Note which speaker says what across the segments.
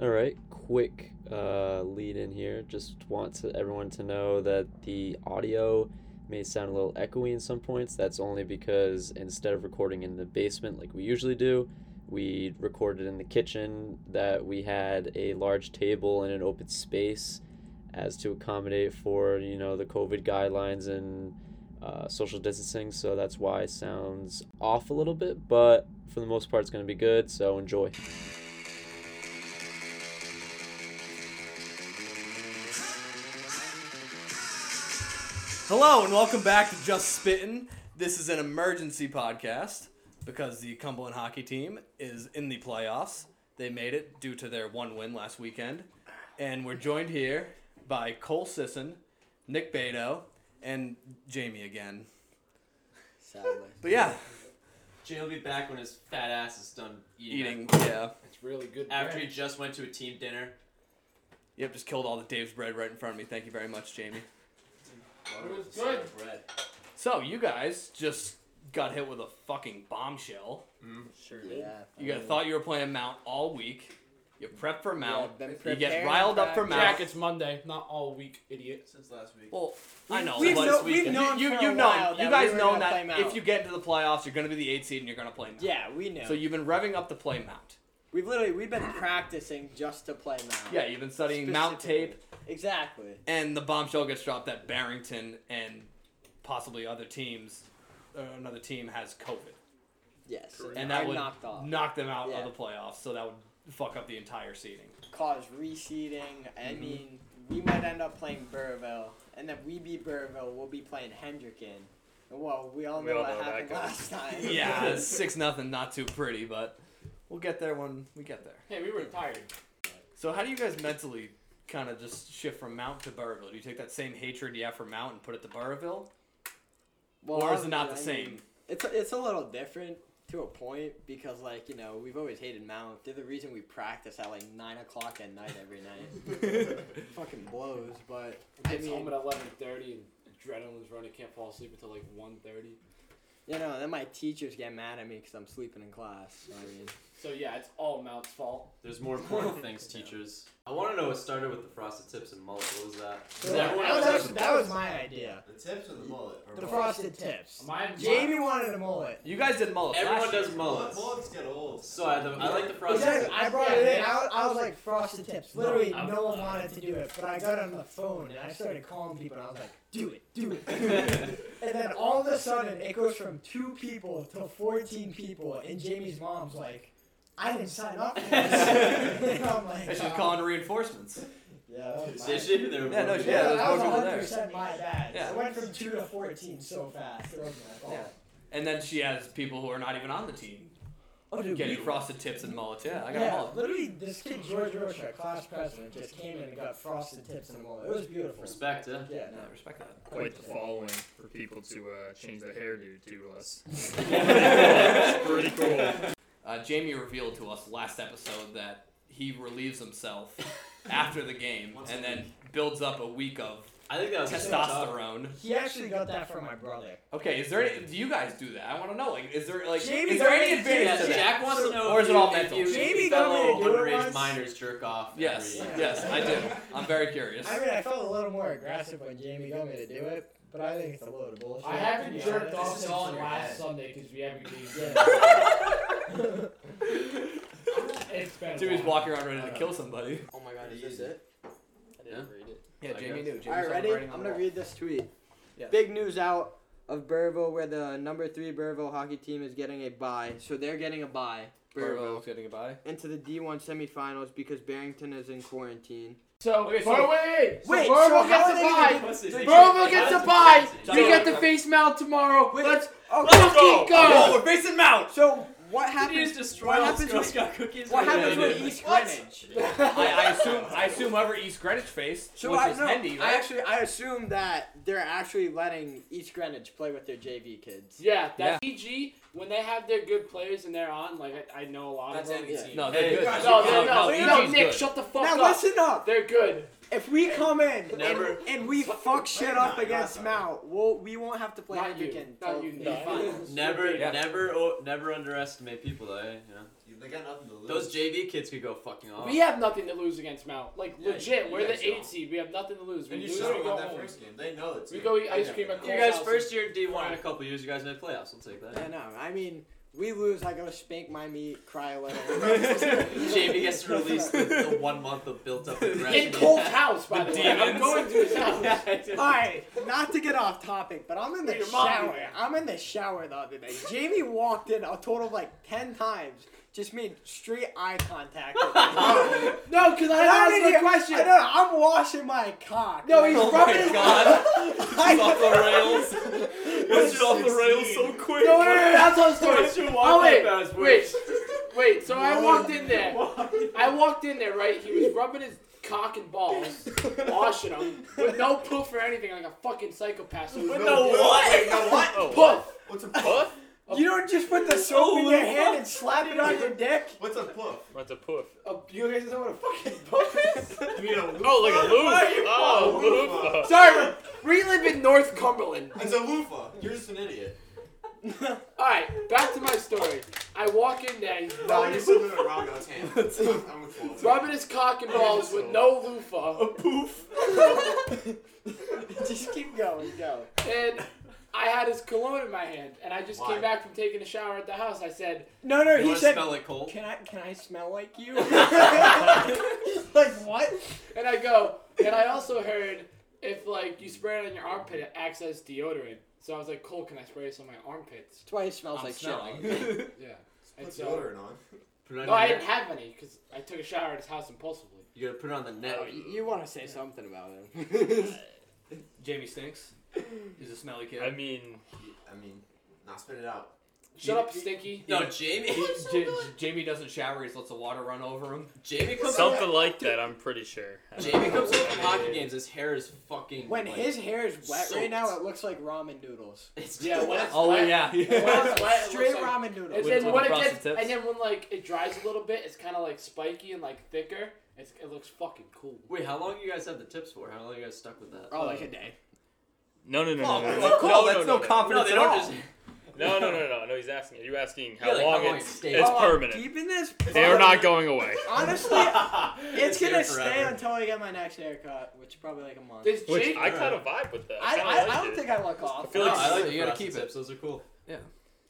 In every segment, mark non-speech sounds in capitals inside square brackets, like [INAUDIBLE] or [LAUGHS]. Speaker 1: All right, quick uh, lead in here. Just want to, everyone to know that the audio may sound a little echoey in some points. That's only because instead of recording in the basement like we usually do, we recorded in the kitchen that we had a large table and an open space as to accommodate for, you know, the COVID guidelines and uh, social distancing. So that's why it sounds off a little bit, but for the most part, it's going to be good. So enjoy.
Speaker 2: Hello and welcome back to Just Spittin'. This is an emergency podcast because the Cumberland hockey team is in the playoffs. They made it due to their one win last weekend. And we're joined here by Cole Sisson, Nick Beto, and Jamie again.
Speaker 3: Sadly.
Speaker 2: But yeah,
Speaker 4: Jay will be back when his fat ass is done eating.
Speaker 2: eating, yeah.
Speaker 3: It's really good.
Speaker 4: After he just went to a team dinner.
Speaker 2: Yep, just killed all the Dave's bread right in front of me. Thank you very much, Jamie.
Speaker 3: was
Speaker 4: It's like
Speaker 3: good.
Speaker 4: bread.
Speaker 2: So, you guys just got hit with a fucking bombshell.
Speaker 3: sure yeah.
Speaker 2: You guys thought you were playing Mount all week. You prep for Mount.
Speaker 3: I've been
Speaker 2: you get
Speaker 3: preparing
Speaker 2: riled up for
Speaker 3: practice.
Speaker 2: Mount.
Speaker 5: Jack, it's Monday, not all week, idiot.
Speaker 4: Since last week.
Speaker 2: Well, I know.
Speaker 3: we've
Speaker 2: but
Speaker 3: kno- we've
Speaker 2: you-
Speaker 3: known
Speaker 2: you,
Speaker 3: for a
Speaker 2: you, have
Speaker 3: while
Speaker 2: known.
Speaker 3: that
Speaker 2: You
Speaker 3: we
Speaker 2: guys
Speaker 3: were
Speaker 2: know
Speaker 3: gonna
Speaker 2: that
Speaker 3: play Mount.
Speaker 2: if you get into the playoffs, you're going to be the eight seed and you're going to play Mount.
Speaker 3: Yeah, we know.
Speaker 2: So you've been revving up to play Mount.
Speaker 3: we've literally we've been practicing just to play Mount.
Speaker 2: Yeah, you've been studying Mount tape,
Speaker 3: Exactly.
Speaker 2: and the bombshell gets dropped that Barrington and possibly other teams, uh, another team has COVID,
Speaker 3: Yes.
Speaker 2: and that
Speaker 3: I
Speaker 2: would
Speaker 3: knocked off.
Speaker 2: knock them out
Speaker 3: Uh,
Speaker 2: of
Speaker 3: Yeah.
Speaker 2: the playoffs. So that would fuck up the entire
Speaker 3: [LAUGHS]
Speaker 2: seeding.
Speaker 3: Cause reseeding. I
Speaker 2: Mm-hmm.
Speaker 3: mean, we might end up playing Burville, and then we beat Burville. We'll be playing Hendricken. And, Well, we all
Speaker 5: We
Speaker 3: know
Speaker 5: all
Speaker 3: what
Speaker 5: know that
Speaker 3: happened
Speaker 5: goes.
Speaker 3: last [LAUGHS] time.
Speaker 2: [LAUGHS] Yeah, six nothing, not too pretty, but we'll get there when we get there.
Speaker 5: Hey, we were tired.
Speaker 2: So how do you guys mentally kind of just shift from Mount to Burrville? Do you take that same hatred you have for Mount and put it to Burrville?
Speaker 3: Well,
Speaker 2: or is it not the
Speaker 3: obviously, I mean,
Speaker 2: same?
Speaker 3: It's it's a little different to a point because like you know we've always hated Mount. They're the reason we practice at like nine o'clock at night every night.
Speaker 4: [LAUGHS]
Speaker 3: It fucking blows, but I
Speaker 5: It's home
Speaker 3: mean
Speaker 5: at eleven thirty, and adrenaline's running. Can't fall asleep until like 1.30.
Speaker 3: you know then my teachers get mad at me because I'm sleeping in class. So, I mean
Speaker 5: So yeah, it's all Mount's fault.
Speaker 4: There's more
Speaker 2: [LAUGHS]
Speaker 4: important things, teachers. I want to know what started with the frosted tips and mullet. What was that? Is
Speaker 5: That
Speaker 4: everyone
Speaker 5: was
Speaker 4: upset?
Speaker 5: actually-
Speaker 3: my idea.
Speaker 6: The tips or the mullet? Or
Speaker 3: The
Speaker 6: both?
Speaker 3: frosted tips.
Speaker 5: Mine, mine-
Speaker 3: Jamie wanted a mullet.
Speaker 2: You guys did mullets.
Speaker 4: Everyone
Speaker 2: last year.
Speaker 4: does
Speaker 6: Mullet-
Speaker 4: mullets.
Speaker 6: Mullets get old.
Speaker 4: So I, the, I like the frosted
Speaker 3: Exactly.
Speaker 4: tips.
Speaker 3: I brought it in. I was, I was like frosted tips. Literally, no one wanted to do it, but I got on the phone and I started calling people. And I was like, "Do it, do it, do it!" and then all of a sudden, it goes from two people to fourteen people, and Jamie's mom's like, "I didn't sign up for this." [LAUGHS] and I'm like,
Speaker 2: I should
Speaker 3: "Oh,
Speaker 2: call in reinforcements.
Speaker 3: Yeah, that was
Speaker 4: Did
Speaker 3: my-
Speaker 4: you? There were
Speaker 2: Yeah, no,
Speaker 4: more
Speaker 2: she-
Speaker 4: people.
Speaker 2: yeah, there's
Speaker 3: that was
Speaker 2: more people
Speaker 3: 100
Speaker 2: there.
Speaker 3: percent my bad.
Speaker 2: Yeah.
Speaker 3: It went from two to fourteen so fast. It wasn't my fault.
Speaker 2: Yeah. And then she has people who are not even on the team
Speaker 3: Oh, dude,
Speaker 2: getting
Speaker 3: we-
Speaker 2: frosted tips and mullets. Yeah, I got a
Speaker 3: Yeah,
Speaker 2: mullet.
Speaker 3: literally, this kid George Rocha, class president, just came in and got frosted tips in the mullet. It was beautiful.
Speaker 4: Respect, yeah.
Speaker 3: Yeah, [LAUGHS]
Speaker 2: Yeah, I respect that.
Speaker 7: quite the following for people to uh, change the hairdo to us.
Speaker 4: [LAUGHS]
Speaker 3: It's
Speaker 7: pretty cool.
Speaker 2: Uh, Jamie revealed to us last episode that he
Speaker 4: [LAUGHS]
Speaker 2: relieves himself after the game
Speaker 4: Once a
Speaker 2: and then builds up a week of
Speaker 4: I think that was
Speaker 2: testosterone.
Speaker 3: He actually got that from my brother.
Speaker 2: Okay, is there any? Do you guys do that? I want to know. Like, is there like?
Speaker 3: Jamie
Speaker 2: is there any
Speaker 3: Varney did
Speaker 2: advantage
Speaker 4: Yeah,
Speaker 2: to that?
Speaker 4: Jack wants to know
Speaker 2: Or
Speaker 4: if
Speaker 2: is it
Speaker 4: you-
Speaker 2: all
Speaker 4: if
Speaker 2: mental?
Speaker 4: you
Speaker 3: Jamie
Speaker 4: fellow
Speaker 3: Gumby, you were
Speaker 4: underage
Speaker 3: once-
Speaker 4: minors jerk off. every
Speaker 2: Yes,
Speaker 4: year.
Speaker 2: yes, I do. I'm very curious.
Speaker 3: I mean, I felt a little more aggressive when Jamie got me to do it, but I think it's a load of bullshit.
Speaker 5: I haven't
Speaker 3: to be
Speaker 5: jerked
Speaker 3: honest.
Speaker 5: off
Speaker 6: This is
Speaker 5: since
Speaker 6: all in your
Speaker 5: last
Speaker 6: head.
Speaker 5: Sunday because we haven't been. [LAUGHS] It's been. a
Speaker 2: Jimmy's
Speaker 5: while.
Speaker 2: walking around ready to
Speaker 8: [LAUGHS]
Speaker 2: kill somebody.
Speaker 3: Oh my
Speaker 6: God, is this it?
Speaker 3: I
Speaker 4: didn't
Speaker 3: read it.
Speaker 2: Yeah,
Speaker 4: I
Speaker 2: Jamie
Speaker 4: guess.
Speaker 2: knew. Jamie
Speaker 3: All right,
Speaker 2: saw
Speaker 3: ready?
Speaker 2: writing
Speaker 3: I'm
Speaker 2: on
Speaker 3: gonna
Speaker 2: the wall.
Speaker 3: read this tweet.
Speaker 2: Yes.
Speaker 3: Big news out of Burville, where the number three Burville hockey team is getting a bye, so they're getting a bye. Burville
Speaker 2: Burrow's getting a bye.
Speaker 3: into the D1 semifinals because Barrington is in quarantine.
Speaker 5: So,
Speaker 2: Okay, so-
Speaker 5: but wait, wait,
Speaker 3: Wait,
Speaker 5: so Burwell
Speaker 3: so how
Speaker 5: gets
Speaker 3: are
Speaker 5: a
Speaker 3: they
Speaker 5: bye.
Speaker 3: gonna
Speaker 4: Pussies, they
Speaker 5: Burwell
Speaker 4: jerk-
Speaker 5: gets
Speaker 4: How does-
Speaker 5: a bye.
Speaker 2: Tell
Speaker 5: We
Speaker 2: me
Speaker 5: get
Speaker 2: what-
Speaker 5: to face Mount tomorrow.
Speaker 3: Wait,
Speaker 5: Let's
Speaker 3: Okay.
Speaker 5: fucking go.
Speaker 2: Oh, we're facing Mount.
Speaker 3: So what
Speaker 4: Did you
Speaker 3: happens?
Speaker 4: just destroy
Speaker 3: What
Speaker 4: all
Speaker 3: happens
Speaker 4: Girl
Speaker 3: with-
Speaker 4: Scout cookies?
Speaker 3: What
Speaker 4: Or did
Speaker 3: happens
Speaker 4: you
Speaker 3: with
Speaker 4: do it?
Speaker 3: East
Speaker 2: [LAUGHS]
Speaker 3: Greenwich?
Speaker 2: I, I assume I assume whoever East Greenwich faced,
Speaker 3: So
Speaker 2: which
Speaker 3: I
Speaker 2: was
Speaker 3: no,
Speaker 2: Hendy,
Speaker 3: I
Speaker 2: right?
Speaker 3: actually I assume that they're actually letting East Greenwich play with their JV kids.
Speaker 5: Yeah, that PG when they have their good players and they're on, like I, I know a lot
Speaker 4: That's
Speaker 5: of them.
Speaker 4: any team.
Speaker 2: no, they're
Speaker 4: Hey,
Speaker 2: good.
Speaker 4: guys,
Speaker 5: No,
Speaker 4: you
Speaker 5: no,
Speaker 4: can't-
Speaker 5: no,
Speaker 3: no,
Speaker 5: no,
Speaker 2: he's
Speaker 5: Nick,
Speaker 2: good.
Speaker 5: shut the fuck
Speaker 3: Now
Speaker 5: up.
Speaker 3: listen up.
Speaker 5: They're good.
Speaker 3: If we come in
Speaker 4: Never-
Speaker 3: and, and we fuck shit up
Speaker 6: Wait,
Speaker 3: against
Speaker 6: not-
Speaker 3: Mount, we'll, we won't have to play
Speaker 5: Not you.
Speaker 3: Hendricken
Speaker 5: Not
Speaker 3: till
Speaker 5: you,
Speaker 3: [LAUGHS] the
Speaker 5: no.
Speaker 3: finals.
Speaker 4: Never,
Speaker 2: Yeah.
Speaker 4: never, oh, never underestimate people, though. eh? You know?
Speaker 6: You
Speaker 8: They got nothing to lose.
Speaker 1: Those JV kids could go fucking off.
Speaker 5: We have nothing to lose against Mount. Like
Speaker 1: Yeah,
Speaker 5: legit,
Speaker 1: you
Speaker 5: we're the
Speaker 1: guys don't.
Speaker 5: eight seed. We have nothing to lose. We
Speaker 8: and you
Speaker 5: lose, we
Speaker 8: should have
Speaker 5: go
Speaker 8: won that
Speaker 5: home.
Speaker 8: first game. They know it's
Speaker 5: We
Speaker 8: good.
Speaker 5: go eat
Speaker 8: They
Speaker 5: ice
Speaker 8: never
Speaker 5: cream at
Speaker 8: know.
Speaker 1: you guys
Speaker 5: Colehouse.
Speaker 1: first year in D1 in a couple years. You guys made playoffs. We'll take
Speaker 3: I
Speaker 1: that.
Speaker 3: know. I mean, we lose. I gotta spank my meat, cry a
Speaker 5: [LAUGHS]
Speaker 3: little.
Speaker 1: JV gets to release the, the one month of built [LAUGHS] up aggression. Oh,
Speaker 5: In Cole's house, by the, way. I'm
Speaker 2: demons.
Speaker 5: going to his house.
Speaker 1: [LAUGHS]
Speaker 3: All right, not to get off topic, but I'm in the
Speaker 5: Your mom.
Speaker 3: shower. I'm in the shower the other day. Jamie walked in a total of like ten times, just made straight eye contact. With me.
Speaker 5: [LAUGHS] No, because I
Speaker 3: And I'm
Speaker 5: asked
Speaker 3: in
Speaker 5: the
Speaker 3: here-
Speaker 5: question.
Speaker 3: I know, I'm washing my cock.
Speaker 5: No, he's
Speaker 2: Oh
Speaker 3: Like, oh
Speaker 5: rubbing
Speaker 1: my
Speaker 5: his
Speaker 1: God.
Speaker 3: I-
Speaker 1: off the rails.
Speaker 2: Push it off the rails so quick.
Speaker 5: [LAUGHS] No, no, no, no, that's how
Speaker 3: [LAUGHS]
Speaker 5: the
Speaker 1: What's your
Speaker 5: story.
Speaker 1: walk
Speaker 5: Oh wait,
Speaker 1: up as,
Speaker 5: wait, wait. So I walked in there. I walked in there, right? He was rubbing his cock and balls, washing them with no poof or anything, like a fucking psychopath. So
Speaker 8: Wait,
Speaker 5: with
Speaker 8: no,
Speaker 1: what?
Speaker 8: Wait, no what?
Speaker 5: poof.
Speaker 8: What's a puff?
Speaker 3: You don't just put the soap in your hand and slap it on your dick.
Speaker 8: What's a puff?
Speaker 7: That's a poof.
Speaker 5: A, you guys know what a fucking poof is?
Speaker 8: You mean a loofah?
Speaker 7: Oh, like a loop.
Speaker 8: Oh,
Speaker 7: Oh,
Speaker 8: loofah.
Speaker 7: loop.
Speaker 5: Sorry, we we live in North Cumberland.
Speaker 8: It's a loofah. You're just an idiot.
Speaker 5: All right, back to my story. I walk in there. He's
Speaker 8: [LAUGHS] No,
Speaker 5: rubbing
Speaker 8: you're
Speaker 5: his,
Speaker 8: sitting in the wrong guy's hand. I'm with Cole.
Speaker 5: rubbing his cock and balls with no loofah.
Speaker 3: [LAUGHS] Just keep going, go.
Speaker 5: and I had his cologne in my hand, and I just
Speaker 8: Why?
Speaker 5: came back from taking a shower at the house. I said,
Speaker 3: No, no,
Speaker 1: You
Speaker 3: he
Speaker 1: want to
Speaker 3: said.
Speaker 1: smell it cold?
Speaker 3: Can I can I smell like you? [LAUGHS] like what?
Speaker 5: and I go, and I also heard if like you spray it on your armpit, it acts as deodorant. So I was like, Cole, can I spray this on my armpits?
Speaker 3: That's why it smells
Speaker 1: I'm
Speaker 3: like
Speaker 1: smelling.
Speaker 3: shit.
Speaker 5: Yeah. And
Speaker 8: Put
Speaker 5: so,
Speaker 8: deodorant on.
Speaker 1: Put it on
Speaker 5: no, I
Speaker 1: your-
Speaker 5: didn't have any because I took a shower at his house impulsively.
Speaker 1: You gotta put it on the net.
Speaker 3: Oh, [LAUGHS] you- you want to say something about him?
Speaker 2: Jamie stinks. He's a smelly kid.
Speaker 7: I mean,
Speaker 8: I mean, now spit it out.
Speaker 5: Shut
Speaker 2: You-
Speaker 5: up, Stinky.
Speaker 1: No, Jamie.
Speaker 2: He- J- Jamie doesn't shower. He just lets the water run over him.
Speaker 1: Jamie comes. home-
Speaker 7: something like that. I'm pretty sure. I don't
Speaker 1: Jamie
Speaker 7: know.
Speaker 1: comes home from hockey games. His hair is fucking.
Speaker 3: when
Speaker 1: like,
Speaker 3: his hair is wet
Speaker 1: soaked.
Speaker 3: right now, it looks like
Speaker 1: [LAUGHS]
Speaker 3: ramen noodles.
Speaker 1: It's
Speaker 5: [LAUGHS] Yeah, when it's
Speaker 2: Oh
Speaker 5: wet,
Speaker 2: yeah.
Speaker 5: When it's wet, it
Speaker 3: Straight
Speaker 5: looks like-
Speaker 3: ramen noodles.
Speaker 5: And
Speaker 2: With-
Speaker 5: then
Speaker 2: with
Speaker 5: when
Speaker 2: the
Speaker 5: it
Speaker 2: frosted
Speaker 5: gets,
Speaker 2: tips?
Speaker 5: and then when like it dries a little bit, it's kind of like spiky and like thicker. It's, it looks fucking cool.
Speaker 1: Wait, how long you guys have the tips for? How long you guys stuck with that?
Speaker 3: oh, like a day.
Speaker 7: No, no, no,
Speaker 2: Oh,
Speaker 7: no,
Speaker 2: that's
Speaker 7: no, no, no,
Speaker 2: cool.
Speaker 7: no,
Speaker 2: That's
Speaker 7: no,
Speaker 2: no
Speaker 7: no.
Speaker 2: confidence at all.
Speaker 7: No, no, no, no, no. He's asking. Are you asking how
Speaker 1: Yeah, like, how
Speaker 7: long
Speaker 1: long it
Speaker 2: [LAUGHS]
Speaker 7: it's
Speaker 1: stays.
Speaker 7: it's
Speaker 3: Oh, I'm
Speaker 7: permanent?
Speaker 3: Keeping this.
Speaker 7: They are not going away.
Speaker 3: [LAUGHS] Honestly, it's
Speaker 1: here
Speaker 3: gonna stay
Speaker 1: forever.
Speaker 3: until I get my next haircut, which is probably like a month.
Speaker 5: This
Speaker 7: Which
Speaker 5: Jake-
Speaker 7: I kind of vibe with that.
Speaker 3: I,
Speaker 7: kinda
Speaker 3: I,
Speaker 7: like
Speaker 3: I don't
Speaker 7: it.
Speaker 3: think I look
Speaker 7: I
Speaker 3: off.
Speaker 7: feel
Speaker 1: No,
Speaker 7: like
Speaker 1: I like
Speaker 2: You
Speaker 1: it. You gotta
Speaker 2: gotta
Speaker 1: keep
Speaker 2: keep
Speaker 1: tips. Those are cool.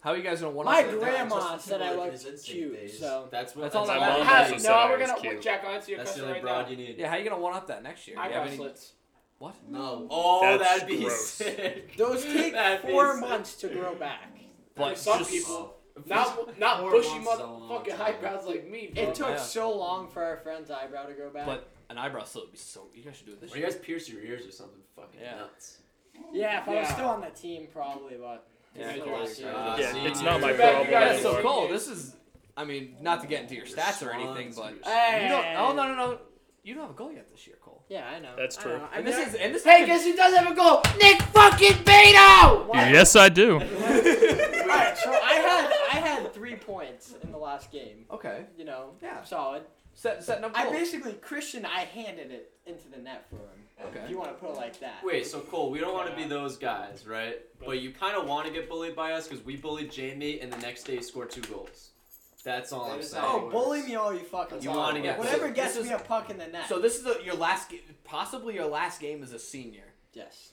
Speaker 2: How you guys don't want
Speaker 3: my
Speaker 2: us to
Speaker 3: grandma
Speaker 8: Justin
Speaker 3: said I
Speaker 8: Timberlake
Speaker 3: looked
Speaker 8: is insane,
Speaker 3: cute,
Speaker 8: babe.
Speaker 3: so
Speaker 1: That's what. That's,
Speaker 2: That's all
Speaker 1: all.
Speaker 2: that
Speaker 1: I
Speaker 7: matters.
Speaker 5: Have-
Speaker 7: also said
Speaker 5: no,
Speaker 7: I
Speaker 5: we're
Speaker 7: was
Speaker 5: gonna
Speaker 7: cute.
Speaker 5: Jack. I'll answer your
Speaker 1: That's the
Speaker 5: question
Speaker 1: only
Speaker 5: right
Speaker 1: broad
Speaker 5: now.
Speaker 1: you need.
Speaker 2: Yeah, how you gonna one up that next year?
Speaker 5: Eye
Speaker 2: You have any-
Speaker 5: bracelets.
Speaker 2: What?
Speaker 8: No.
Speaker 1: Oh,
Speaker 7: That's
Speaker 1: that'd be
Speaker 7: gross.
Speaker 1: sick.
Speaker 3: those take
Speaker 1: That'd be
Speaker 3: four
Speaker 1: sick.
Speaker 3: months to grow back.
Speaker 5: For
Speaker 2: But
Speaker 5: some
Speaker 2: just-
Speaker 5: people, not not
Speaker 8: Four
Speaker 5: bushy
Speaker 8: months is a long
Speaker 5: motherfucking
Speaker 8: time.
Speaker 5: eyebrows like me. Bro.
Speaker 3: It took
Speaker 2: yeah.
Speaker 3: so long for our friend's eyebrow to grow back.
Speaker 2: But an eyebrow slit would be so. You guys should do it this
Speaker 1: Or you
Speaker 2: year.
Speaker 1: guys pierce your ears or something fucking
Speaker 2: Yeah.
Speaker 1: nuts.
Speaker 3: yeah, if I was
Speaker 5: Yeah.
Speaker 3: still on the team, probably, but.
Speaker 2: Yeah,
Speaker 3: It's
Speaker 2: I
Speaker 3: the
Speaker 2: do.
Speaker 3: last year.
Speaker 1: Uh,
Speaker 7: Yeah,
Speaker 1: see,
Speaker 7: it's not my
Speaker 5: Too bad you
Speaker 7: problem
Speaker 5: guys
Speaker 2: Yeah, so
Speaker 7: anymore.
Speaker 2: Cole, this is. I mean, not to get into your stats or anything, but
Speaker 1: Swans,
Speaker 2: you don't.
Speaker 3: Hey.
Speaker 2: Oh no no no! You don't have a goal yet this year, Cole.
Speaker 3: Yeah, I know.
Speaker 7: That's
Speaker 3: I
Speaker 7: true.
Speaker 3: know. I
Speaker 2: And
Speaker 3: mean,
Speaker 2: this
Speaker 3: [LAUGHS]
Speaker 2: is and this. [LAUGHS]
Speaker 5: Hey, guess who does have a goal? Nick fucking Beto.
Speaker 7: Yes, I
Speaker 3: [LAUGHS]
Speaker 7: do.
Speaker 3: Alright, so I had I had three points in the last game.
Speaker 2: okay.
Speaker 3: You know,
Speaker 2: Yeah.
Speaker 3: solid.
Speaker 2: Set, setting up
Speaker 3: I
Speaker 2: goals.
Speaker 3: basically Christian. I handed it into the net for him. If
Speaker 2: Okay.
Speaker 3: you want to put it like that.
Speaker 1: Wait, so Cole, we don't want to be those guys, right? But you kind of want to get bullied by us because we bullied Jamie, and the next day he scored two goals. That's all I'm
Speaker 8: That is
Speaker 1: saying.
Speaker 8: how
Speaker 3: Oh, bully me all you fucking.
Speaker 1: You
Speaker 3: want.
Speaker 1: wanna get-
Speaker 3: whatever
Speaker 1: so
Speaker 3: gets
Speaker 2: this
Speaker 3: me a puck in the net.
Speaker 2: So this is the, your last, ga- possibly your last game as a senior,
Speaker 3: yes,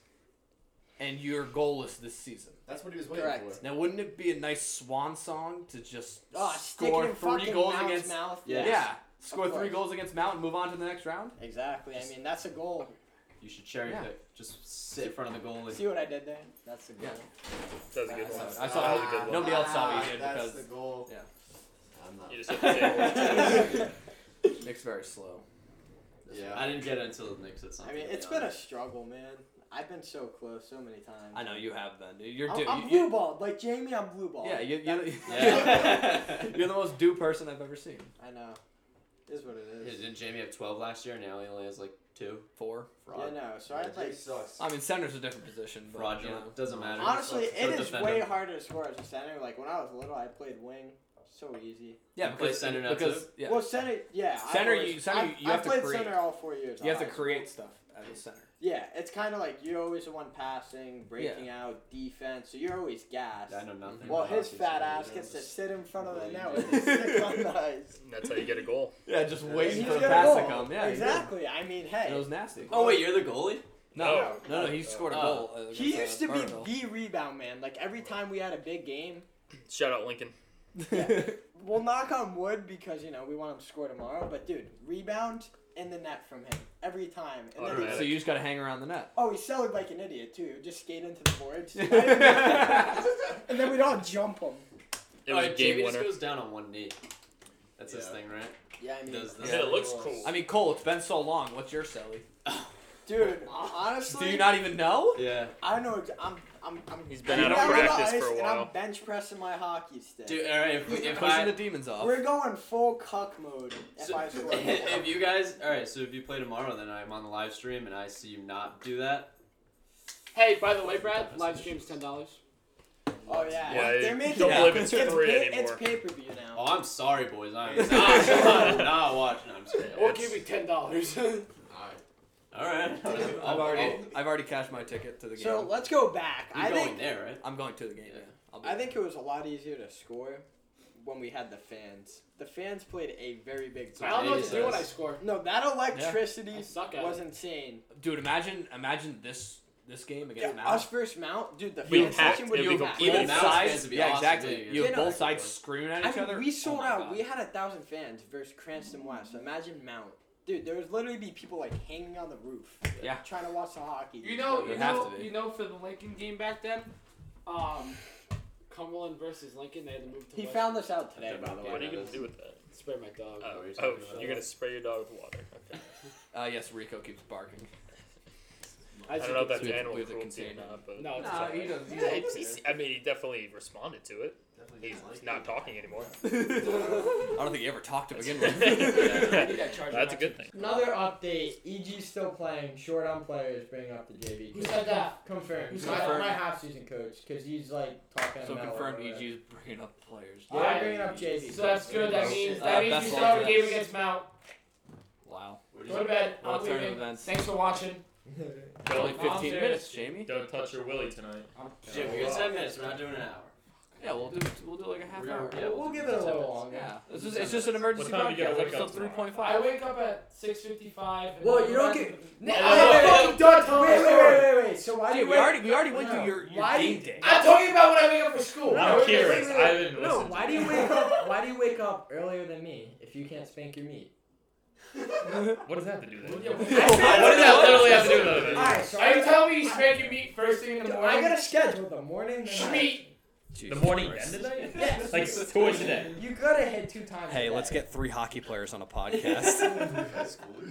Speaker 2: and your goal is this season.
Speaker 8: That's what he was waiting
Speaker 3: Correct.
Speaker 8: for.
Speaker 2: Now, wouldn't it be a nice swan song to just
Speaker 3: oh, stick
Speaker 2: score
Speaker 3: it in
Speaker 2: three
Speaker 3: fucking
Speaker 2: goals
Speaker 3: Mount's
Speaker 2: against?
Speaker 3: mouth.
Speaker 1: Yeah.
Speaker 2: Yeah, score
Speaker 3: Of
Speaker 2: three
Speaker 3: course.
Speaker 2: goals against Mount and move on to the next round.
Speaker 3: exactly. I mean, that's a goal.
Speaker 1: You should cherry
Speaker 2: Yeah.
Speaker 1: pick. Just sit in front of the goal. And
Speaker 3: See what I did there? That's a goal.
Speaker 2: Yeah.
Speaker 7: That was a good
Speaker 8: I
Speaker 7: one.
Speaker 8: saw-
Speaker 2: I
Speaker 7: That
Speaker 2: saw
Speaker 7: was a good one.
Speaker 2: Nobody else saw what
Speaker 8: Ah,
Speaker 2: he did
Speaker 8: That's
Speaker 2: because
Speaker 8: the goal.
Speaker 2: Yeah.
Speaker 8: I'm not.
Speaker 7: You just hit the table.
Speaker 2: Nick's very slow.
Speaker 8: [LAUGHS] Yeah.
Speaker 1: I didn't get it until the Knicks said something.
Speaker 3: I mean,
Speaker 1: to be
Speaker 3: it's been a
Speaker 8: [LAUGHS]
Speaker 1: honest.
Speaker 3: struggle, man. I've been so close so many times.
Speaker 2: I know you have been. You're
Speaker 3: I'm,
Speaker 2: due.
Speaker 3: I'm
Speaker 2: you,
Speaker 3: blue balled like Jamie. I'm blue balled.
Speaker 2: yeah, you, you,
Speaker 3: [LAUGHS]
Speaker 1: Yeah. [LAUGHS]
Speaker 2: you're
Speaker 7: [LAUGHS]
Speaker 2: the most due person I've ever seen.
Speaker 3: I know. It Is what it
Speaker 1: Yeah,
Speaker 3: is.
Speaker 1: didn't Jamie have 12 last year? Now he only has like two.
Speaker 2: Four.
Speaker 3: Yeah,
Speaker 1: Fraud.
Speaker 3: no. So
Speaker 8: Yeah,
Speaker 3: I
Speaker 8: Jake
Speaker 3: like.
Speaker 8: sucks.
Speaker 2: I mean, center's a different position. But,
Speaker 1: Fraudulent.
Speaker 2: you know.
Speaker 1: Doesn't matter.
Speaker 3: Honestly,
Speaker 1: He's a
Speaker 3: it is
Speaker 1: defender.
Speaker 3: way harder to score as a center. Like when I was little, I played wing,
Speaker 9: so easy.
Speaker 2: Yeah,
Speaker 1: You play
Speaker 2: because
Speaker 1: center now,
Speaker 2: because
Speaker 1: too?
Speaker 2: yeah,
Speaker 9: Well, center, yeah. I
Speaker 2: Center,
Speaker 9: always-
Speaker 2: you- center,
Speaker 9: I-
Speaker 2: you
Speaker 9: I
Speaker 2: have to
Speaker 9: played
Speaker 2: create.
Speaker 9: center all four years.
Speaker 2: you have to
Speaker 9: Alright.
Speaker 2: create stuff as a center.
Speaker 9: Yeah, it's kind of like you're always the one passing, breaking out, defense. So you're always gassed.
Speaker 1: I know nothing.
Speaker 9: Well,
Speaker 1: about
Speaker 9: his
Speaker 1: hockey,
Speaker 9: fat
Speaker 1: so
Speaker 9: ass
Speaker 1: I
Speaker 9: gets to
Speaker 1: don't-
Speaker 9: sit in front of the
Speaker 1: Really
Speaker 9: net
Speaker 1: good.
Speaker 9: with his
Speaker 1: [LAUGHS]
Speaker 9: stick on the ice.
Speaker 7: That's how you get a goal.
Speaker 2: Yeah, just waiting
Speaker 9: He's
Speaker 2: for the
Speaker 9: gonna
Speaker 2: pass to
Speaker 9: goal.
Speaker 2: come. Yeah, he did.
Speaker 9: exactly. I mean,
Speaker 2: It
Speaker 9: hey,
Speaker 2: was nasty.
Speaker 1: Oh wait, you're the goalie.
Speaker 2: no,
Speaker 7: Oh.
Speaker 2: no, no, he scored a
Speaker 1: Oh.
Speaker 2: goal. uh,
Speaker 9: he used
Speaker 2: against,
Speaker 9: to
Speaker 2: uh, Burnsville.
Speaker 9: be the rebound man. Like every time we had a big game,
Speaker 7: Shout out Lincoln.
Speaker 2: [LAUGHS]
Speaker 9: we'll knock on wood because you know we want him to score tomorrow. But dude, rebound in the net from him every time. And then
Speaker 7: Automatic.
Speaker 2: so you just gotta hang around
Speaker 9: [LAUGHS]
Speaker 2: the net.
Speaker 9: Oh, he cellared like an idiot too. He would Just skate into the
Speaker 2: [LAUGHS]
Speaker 9: boards, and then we'd all jump him.
Speaker 7: It was a
Speaker 1: Alright,
Speaker 7: game
Speaker 1: Jamie
Speaker 7: winner.
Speaker 1: just goes down on one knee. That's his
Speaker 10: Yeah.
Speaker 1: thing, right?
Speaker 9: Yeah, I mean,
Speaker 1: Does the-
Speaker 7: Yeah, it looks cool.
Speaker 2: I mean, Cole, it's been so long. What's your celly?
Speaker 9: dude. Honestly,
Speaker 2: Do you not even know?
Speaker 1: Yeah.
Speaker 9: I don't know. ex- I'm, I'm, I'm.
Speaker 7: He's been
Speaker 9: I'm
Speaker 7: out of
Speaker 9: down on the
Speaker 7: practice
Speaker 9: ice
Speaker 7: for a
Speaker 9: and
Speaker 7: while.
Speaker 9: I'm bench pressing my hockey stick.
Speaker 1: Dude, all right. If, we- if
Speaker 2: Pushing
Speaker 1: I
Speaker 2: the demons off.
Speaker 9: We're going full cuck mode. If
Speaker 1: So,
Speaker 7: [LAUGHS]
Speaker 9: I score,
Speaker 1: [LAUGHS] if you guys, all right. So if you play tomorrow, then I'm on the live stream and I see you not do that.
Speaker 5: Hey, by the way, Brad, live stream's ten dollars.
Speaker 9: oh yeah,
Speaker 7: Yeah,
Speaker 9: they're
Speaker 7: it-
Speaker 9: making
Speaker 7: don't
Speaker 9: it.
Speaker 7: live in
Speaker 9: it's,
Speaker 7: three
Speaker 9: it's
Speaker 7: anymore.
Speaker 9: pay per view now.
Speaker 1: [LAUGHS] Oh, I'm sorry, boys. I'm [LAUGHS] not, I'm not watching. I'm sorry.
Speaker 5: Or
Speaker 7: It's-
Speaker 5: give me ten dollars. [LAUGHS]
Speaker 10: Alright.
Speaker 1: All [LAUGHS] right.
Speaker 2: I've
Speaker 1: I'll-
Speaker 2: already,
Speaker 1: I'll-
Speaker 2: I've already cashed my ticket to the game.
Speaker 9: So let's go back.
Speaker 1: You're
Speaker 9: I
Speaker 1: going
Speaker 9: think
Speaker 1: there, right?
Speaker 2: I'm going to the game. Yeah.
Speaker 1: Yeah.
Speaker 2: I'll be
Speaker 9: I
Speaker 2: there.
Speaker 9: think it was a lot easier to score when we had the fans. The fans played a very big
Speaker 5: I
Speaker 9: part.
Speaker 5: don't know what
Speaker 1: Jesus.
Speaker 5: to do when I score.
Speaker 9: No, that electricity
Speaker 5: I suck at
Speaker 9: was
Speaker 5: it.
Speaker 9: insane.
Speaker 2: dude. Imagine, imagine this this game
Speaker 9: Yeah,
Speaker 2: against
Speaker 9: us
Speaker 2: Mount.
Speaker 9: versus Mount, dude. The
Speaker 7: We
Speaker 9: fan
Speaker 7: packed.
Speaker 9: section would
Speaker 7: It'd
Speaker 9: be
Speaker 7: be
Speaker 9: packed.
Speaker 2: Both
Speaker 7: completely
Speaker 1: Even Mount's fans
Speaker 2: sides,
Speaker 1: would be
Speaker 2: yeah,
Speaker 1: awesome,
Speaker 2: exactly.
Speaker 1: dude.
Speaker 2: You have
Speaker 9: Yeah, no,
Speaker 2: both sides screaming at
Speaker 9: I
Speaker 2: each
Speaker 9: mean,
Speaker 2: other.
Speaker 9: we sold
Speaker 2: Oh my
Speaker 9: out.
Speaker 2: God.
Speaker 9: We had a thousand fans versus Cranston West. Imagine Mount, dude. There would literally be people like hanging on the roof,
Speaker 2: Yeah.
Speaker 9: trying to watch the hockey.
Speaker 5: You know,
Speaker 2: It
Speaker 5: you
Speaker 2: would have
Speaker 5: know,
Speaker 2: to be.
Speaker 5: you know, for the Lincoln game back then, um, Cumberland versus Lincoln, they had to move to.
Speaker 9: he
Speaker 5: West-
Speaker 9: found this out today, by the
Speaker 7: What are
Speaker 9: way.
Speaker 7: you gonna do with that?
Speaker 5: Spray my dog.
Speaker 7: Oh,
Speaker 1: you
Speaker 7: oh
Speaker 1: talking about?
Speaker 7: you're gonna spray your dog with water. Okay.
Speaker 2: Uh, yes, Rico keeps
Speaker 9: [LAUGHS]
Speaker 2: barking.
Speaker 5: I,
Speaker 7: I
Speaker 5: just
Speaker 7: don't know if that's
Speaker 2: we have to
Speaker 7: animal
Speaker 2: leave the
Speaker 7: cruelty or
Speaker 2: container.
Speaker 7: not, but
Speaker 5: No, it's
Speaker 2: Nah,
Speaker 5: alright.
Speaker 2: he doesn't- he
Speaker 7: Yeah,
Speaker 2: doesn't
Speaker 7: it's- he's- I mean, he definitely responded to it.
Speaker 10: Definitely
Speaker 7: He's
Speaker 10: didn't like
Speaker 7: not
Speaker 10: it.
Speaker 7: talking anymore.
Speaker 2: I don't think he ever talked to begin with. [LAUGHS]
Speaker 5: [LAUGHS] I need that charger
Speaker 7: That's a
Speaker 5: back.
Speaker 7: good thing.
Speaker 3: Another update.
Speaker 9: E
Speaker 3: EG still playing. Short on players. Bring up the JV.
Speaker 5: Who said that?
Speaker 3: Confirmed.
Speaker 5: Who
Speaker 3: my,
Speaker 5: confirmed?
Speaker 3: my half season coach, because he's like talking
Speaker 2: so
Speaker 3: about.
Speaker 2: confirmed,
Speaker 3: it.
Speaker 2: EG is bringing up players.
Speaker 3: Yeah,
Speaker 5: Alright.
Speaker 3: bringing up JV.
Speaker 5: So that's good. That
Speaker 2: Oh,
Speaker 5: means
Speaker 2: shit. Uh,
Speaker 5: that means
Speaker 2: best
Speaker 5: you
Speaker 2: of
Speaker 5: still have a
Speaker 2: luck.
Speaker 5: game against Mount.
Speaker 2: Wow.
Speaker 5: Go to bed.
Speaker 2: What
Speaker 5: I'm
Speaker 2: a turn of
Speaker 5: leaving.
Speaker 2: events.
Speaker 5: Thanks for watching.
Speaker 2: Only
Speaker 9: [LAUGHS]
Speaker 7: Don't,
Speaker 5: I'm
Speaker 2: 15
Speaker 5: serious.
Speaker 2: minutes, Jamie.
Speaker 7: don't touch your willy tonight.
Speaker 1: Jim, we got ten minutes. We're not doing an hour.
Speaker 2: Yeah, we'll do we'll do like a half
Speaker 1: We're
Speaker 2: hour.
Speaker 1: gonna- yeah,
Speaker 3: We'll,
Speaker 1: we'll
Speaker 3: give
Speaker 1: do
Speaker 3: it a
Speaker 1: ten
Speaker 3: little
Speaker 1: minutes.
Speaker 3: longer.
Speaker 2: Yeah, it's just it's just an emergency
Speaker 7: What time do you
Speaker 2: podcast.
Speaker 7: gotta wake
Speaker 2: Episode
Speaker 7: up tomorrow?
Speaker 2: 3.5.
Speaker 5: I wake up at 6:55. and
Speaker 3: Well,
Speaker 5: then
Speaker 3: you
Speaker 5: go
Speaker 3: don't
Speaker 5: back
Speaker 3: get-
Speaker 5: to-
Speaker 3: No, wait,
Speaker 5: I'm not
Speaker 3: wait,
Speaker 5: fucking done telling
Speaker 3: Wait,
Speaker 5: my
Speaker 3: wait,
Speaker 5: story.
Speaker 3: wait, wait, wait. So why
Speaker 2: Dude,
Speaker 3: do
Speaker 2: we
Speaker 3: you
Speaker 2: already we already went
Speaker 3: No.
Speaker 2: through your, your
Speaker 3: Why do
Speaker 2: game
Speaker 3: you-
Speaker 2: day.
Speaker 5: I told you about when I wake up for school.
Speaker 3: No,
Speaker 7: I'm
Speaker 3: wait, wait,
Speaker 7: curious.
Speaker 3: wait, wait.
Speaker 7: I didn't
Speaker 3: No,
Speaker 7: listen.
Speaker 3: why do you wake up? Why do you wake up earlier than me if you can't spank your meat?
Speaker 2: [LAUGHS]
Speaker 7: What does that have to do with it?
Speaker 5: Yeah,
Speaker 7: What
Speaker 5: what-
Speaker 7: does that literally have to do with it?
Speaker 3: All right, so
Speaker 5: Are you
Speaker 3: I-
Speaker 5: telling me you spank your meat first thing in the
Speaker 3: I
Speaker 5: morning?
Speaker 3: got a schedule the morning. The night.
Speaker 5: Schmeat.
Speaker 7: The morning and the night?
Speaker 3: [LAUGHS]
Speaker 7: Like, two a day.
Speaker 3: You gotta hit two times.
Speaker 2: Hey,
Speaker 3: a
Speaker 2: let's
Speaker 3: day.
Speaker 2: get three hockey players on
Speaker 1: [LAUGHS]
Speaker 2: a podcast. [LAUGHS]
Speaker 10: That's cool.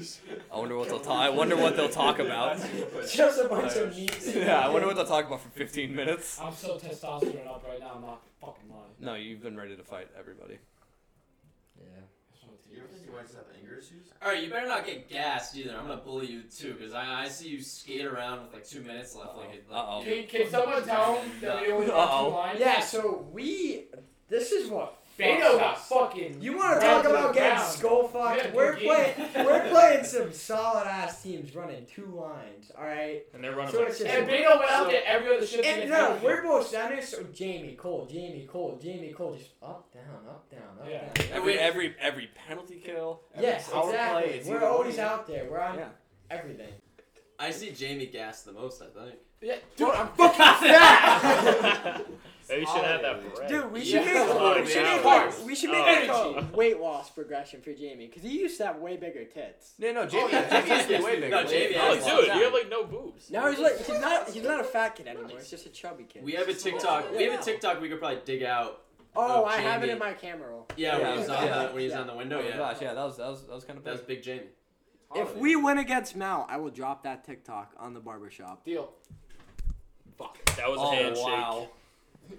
Speaker 2: I wonder what they'll talk. I wonder what they'll talk about.
Speaker 1: [LAUGHS]
Speaker 2: [LAUGHS]
Speaker 3: [LAUGHS] just a bunch of meat.
Speaker 2: Yeah, I wonder what they'll talk about for 15 minutes.
Speaker 5: I'm so testosterone up right now. I'm not fucking lying.
Speaker 2: No, you've been ready to fight everybody.
Speaker 10: You ever think you might just have anger issues?
Speaker 1: All right, you better not get gassed either. I'm gonna bully you too, cause I, I see you skate around with like two minutes left. Like, it- like
Speaker 2: Uh-oh.
Speaker 5: Can, can someone tell him that we only got
Speaker 2: Uh-oh.
Speaker 5: two lines?
Speaker 3: Yeah, so we. This is what.
Speaker 5: Beto got fucking.
Speaker 3: You want to
Speaker 5: ground
Speaker 3: talk about
Speaker 5: to
Speaker 3: getting
Speaker 5: ground.
Speaker 3: skull fucked?
Speaker 5: Yeah,
Speaker 3: we're
Speaker 5: good
Speaker 3: playing.
Speaker 5: game.
Speaker 1: [LAUGHS]
Speaker 3: we're playing some solid ass teams running two lines. All right.
Speaker 7: And they're running
Speaker 3: So
Speaker 7: like
Speaker 3: it's just- [LAUGHS]
Speaker 5: And Beto went out there every other shit.
Speaker 3: And
Speaker 5: in
Speaker 3: no, we're both centers. So Jamie Cole, Jamie Cole, Jamie Cole, just up down, up down, up
Speaker 5: Yeah.
Speaker 3: down.
Speaker 2: Every every every penalty kill. Every
Speaker 3: Yes,
Speaker 2: power
Speaker 3: exactly.
Speaker 2: Play, it's
Speaker 3: we're
Speaker 2: either
Speaker 3: always
Speaker 2: one.
Speaker 3: out there. We're on
Speaker 2: Yeah.
Speaker 3: everything.
Speaker 1: I see Jamie gassed the most. I
Speaker 3: [LAUGHS]
Speaker 1: think.
Speaker 5: Yeah,
Speaker 9: Dude, I'm
Speaker 7: Maybe you should have that for Red.
Speaker 9: Dude, we should
Speaker 1: Yeah.
Speaker 9: make, we should
Speaker 7: Yeah.
Speaker 9: make, like, we should make like,
Speaker 5: Oh.
Speaker 9: a weight loss progression for Jamie because he used to have way bigger tits.
Speaker 2: No, no, Jamie,
Speaker 1: Oh, yeah.
Speaker 2: Jamie used to be way bigger.
Speaker 1: No, Jamie
Speaker 7: Oh,
Speaker 1: has
Speaker 7: dude, you have like no boobs.
Speaker 9: Now he's like he's not he's not a fat kid anymore. He's just a chubby kid.
Speaker 1: We have a TikTok. We have a TikTok. We could probably dig out.
Speaker 9: oh,
Speaker 1: of
Speaker 9: I have it
Speaker 1: Jamie.
Speaker 9: in my camera roll.
Speaker 1: Yeah, when he was on
Speaker 2: Yeah.
Speaker 1: the when he was
Speaker 9: Yeah.
Speaker 1: on the
Speaker 2: Oh
Speaker 1: window.
Speaker 2: my
Speaker 1: Yeah,
Speaker 2: gosh, yeah, that was that was that was kind of
Speaker 1: that was
Speaker 2: big.
Speaker 1: Big Jamie.
Speaker 9: If we win against Mal, I will drop that TikTok on the barbershop.
Speaker 5: deal.
Speaker 7: That was a
Speaker 2: Oh
Speaker 7: handshake.
Speaker 2: wow.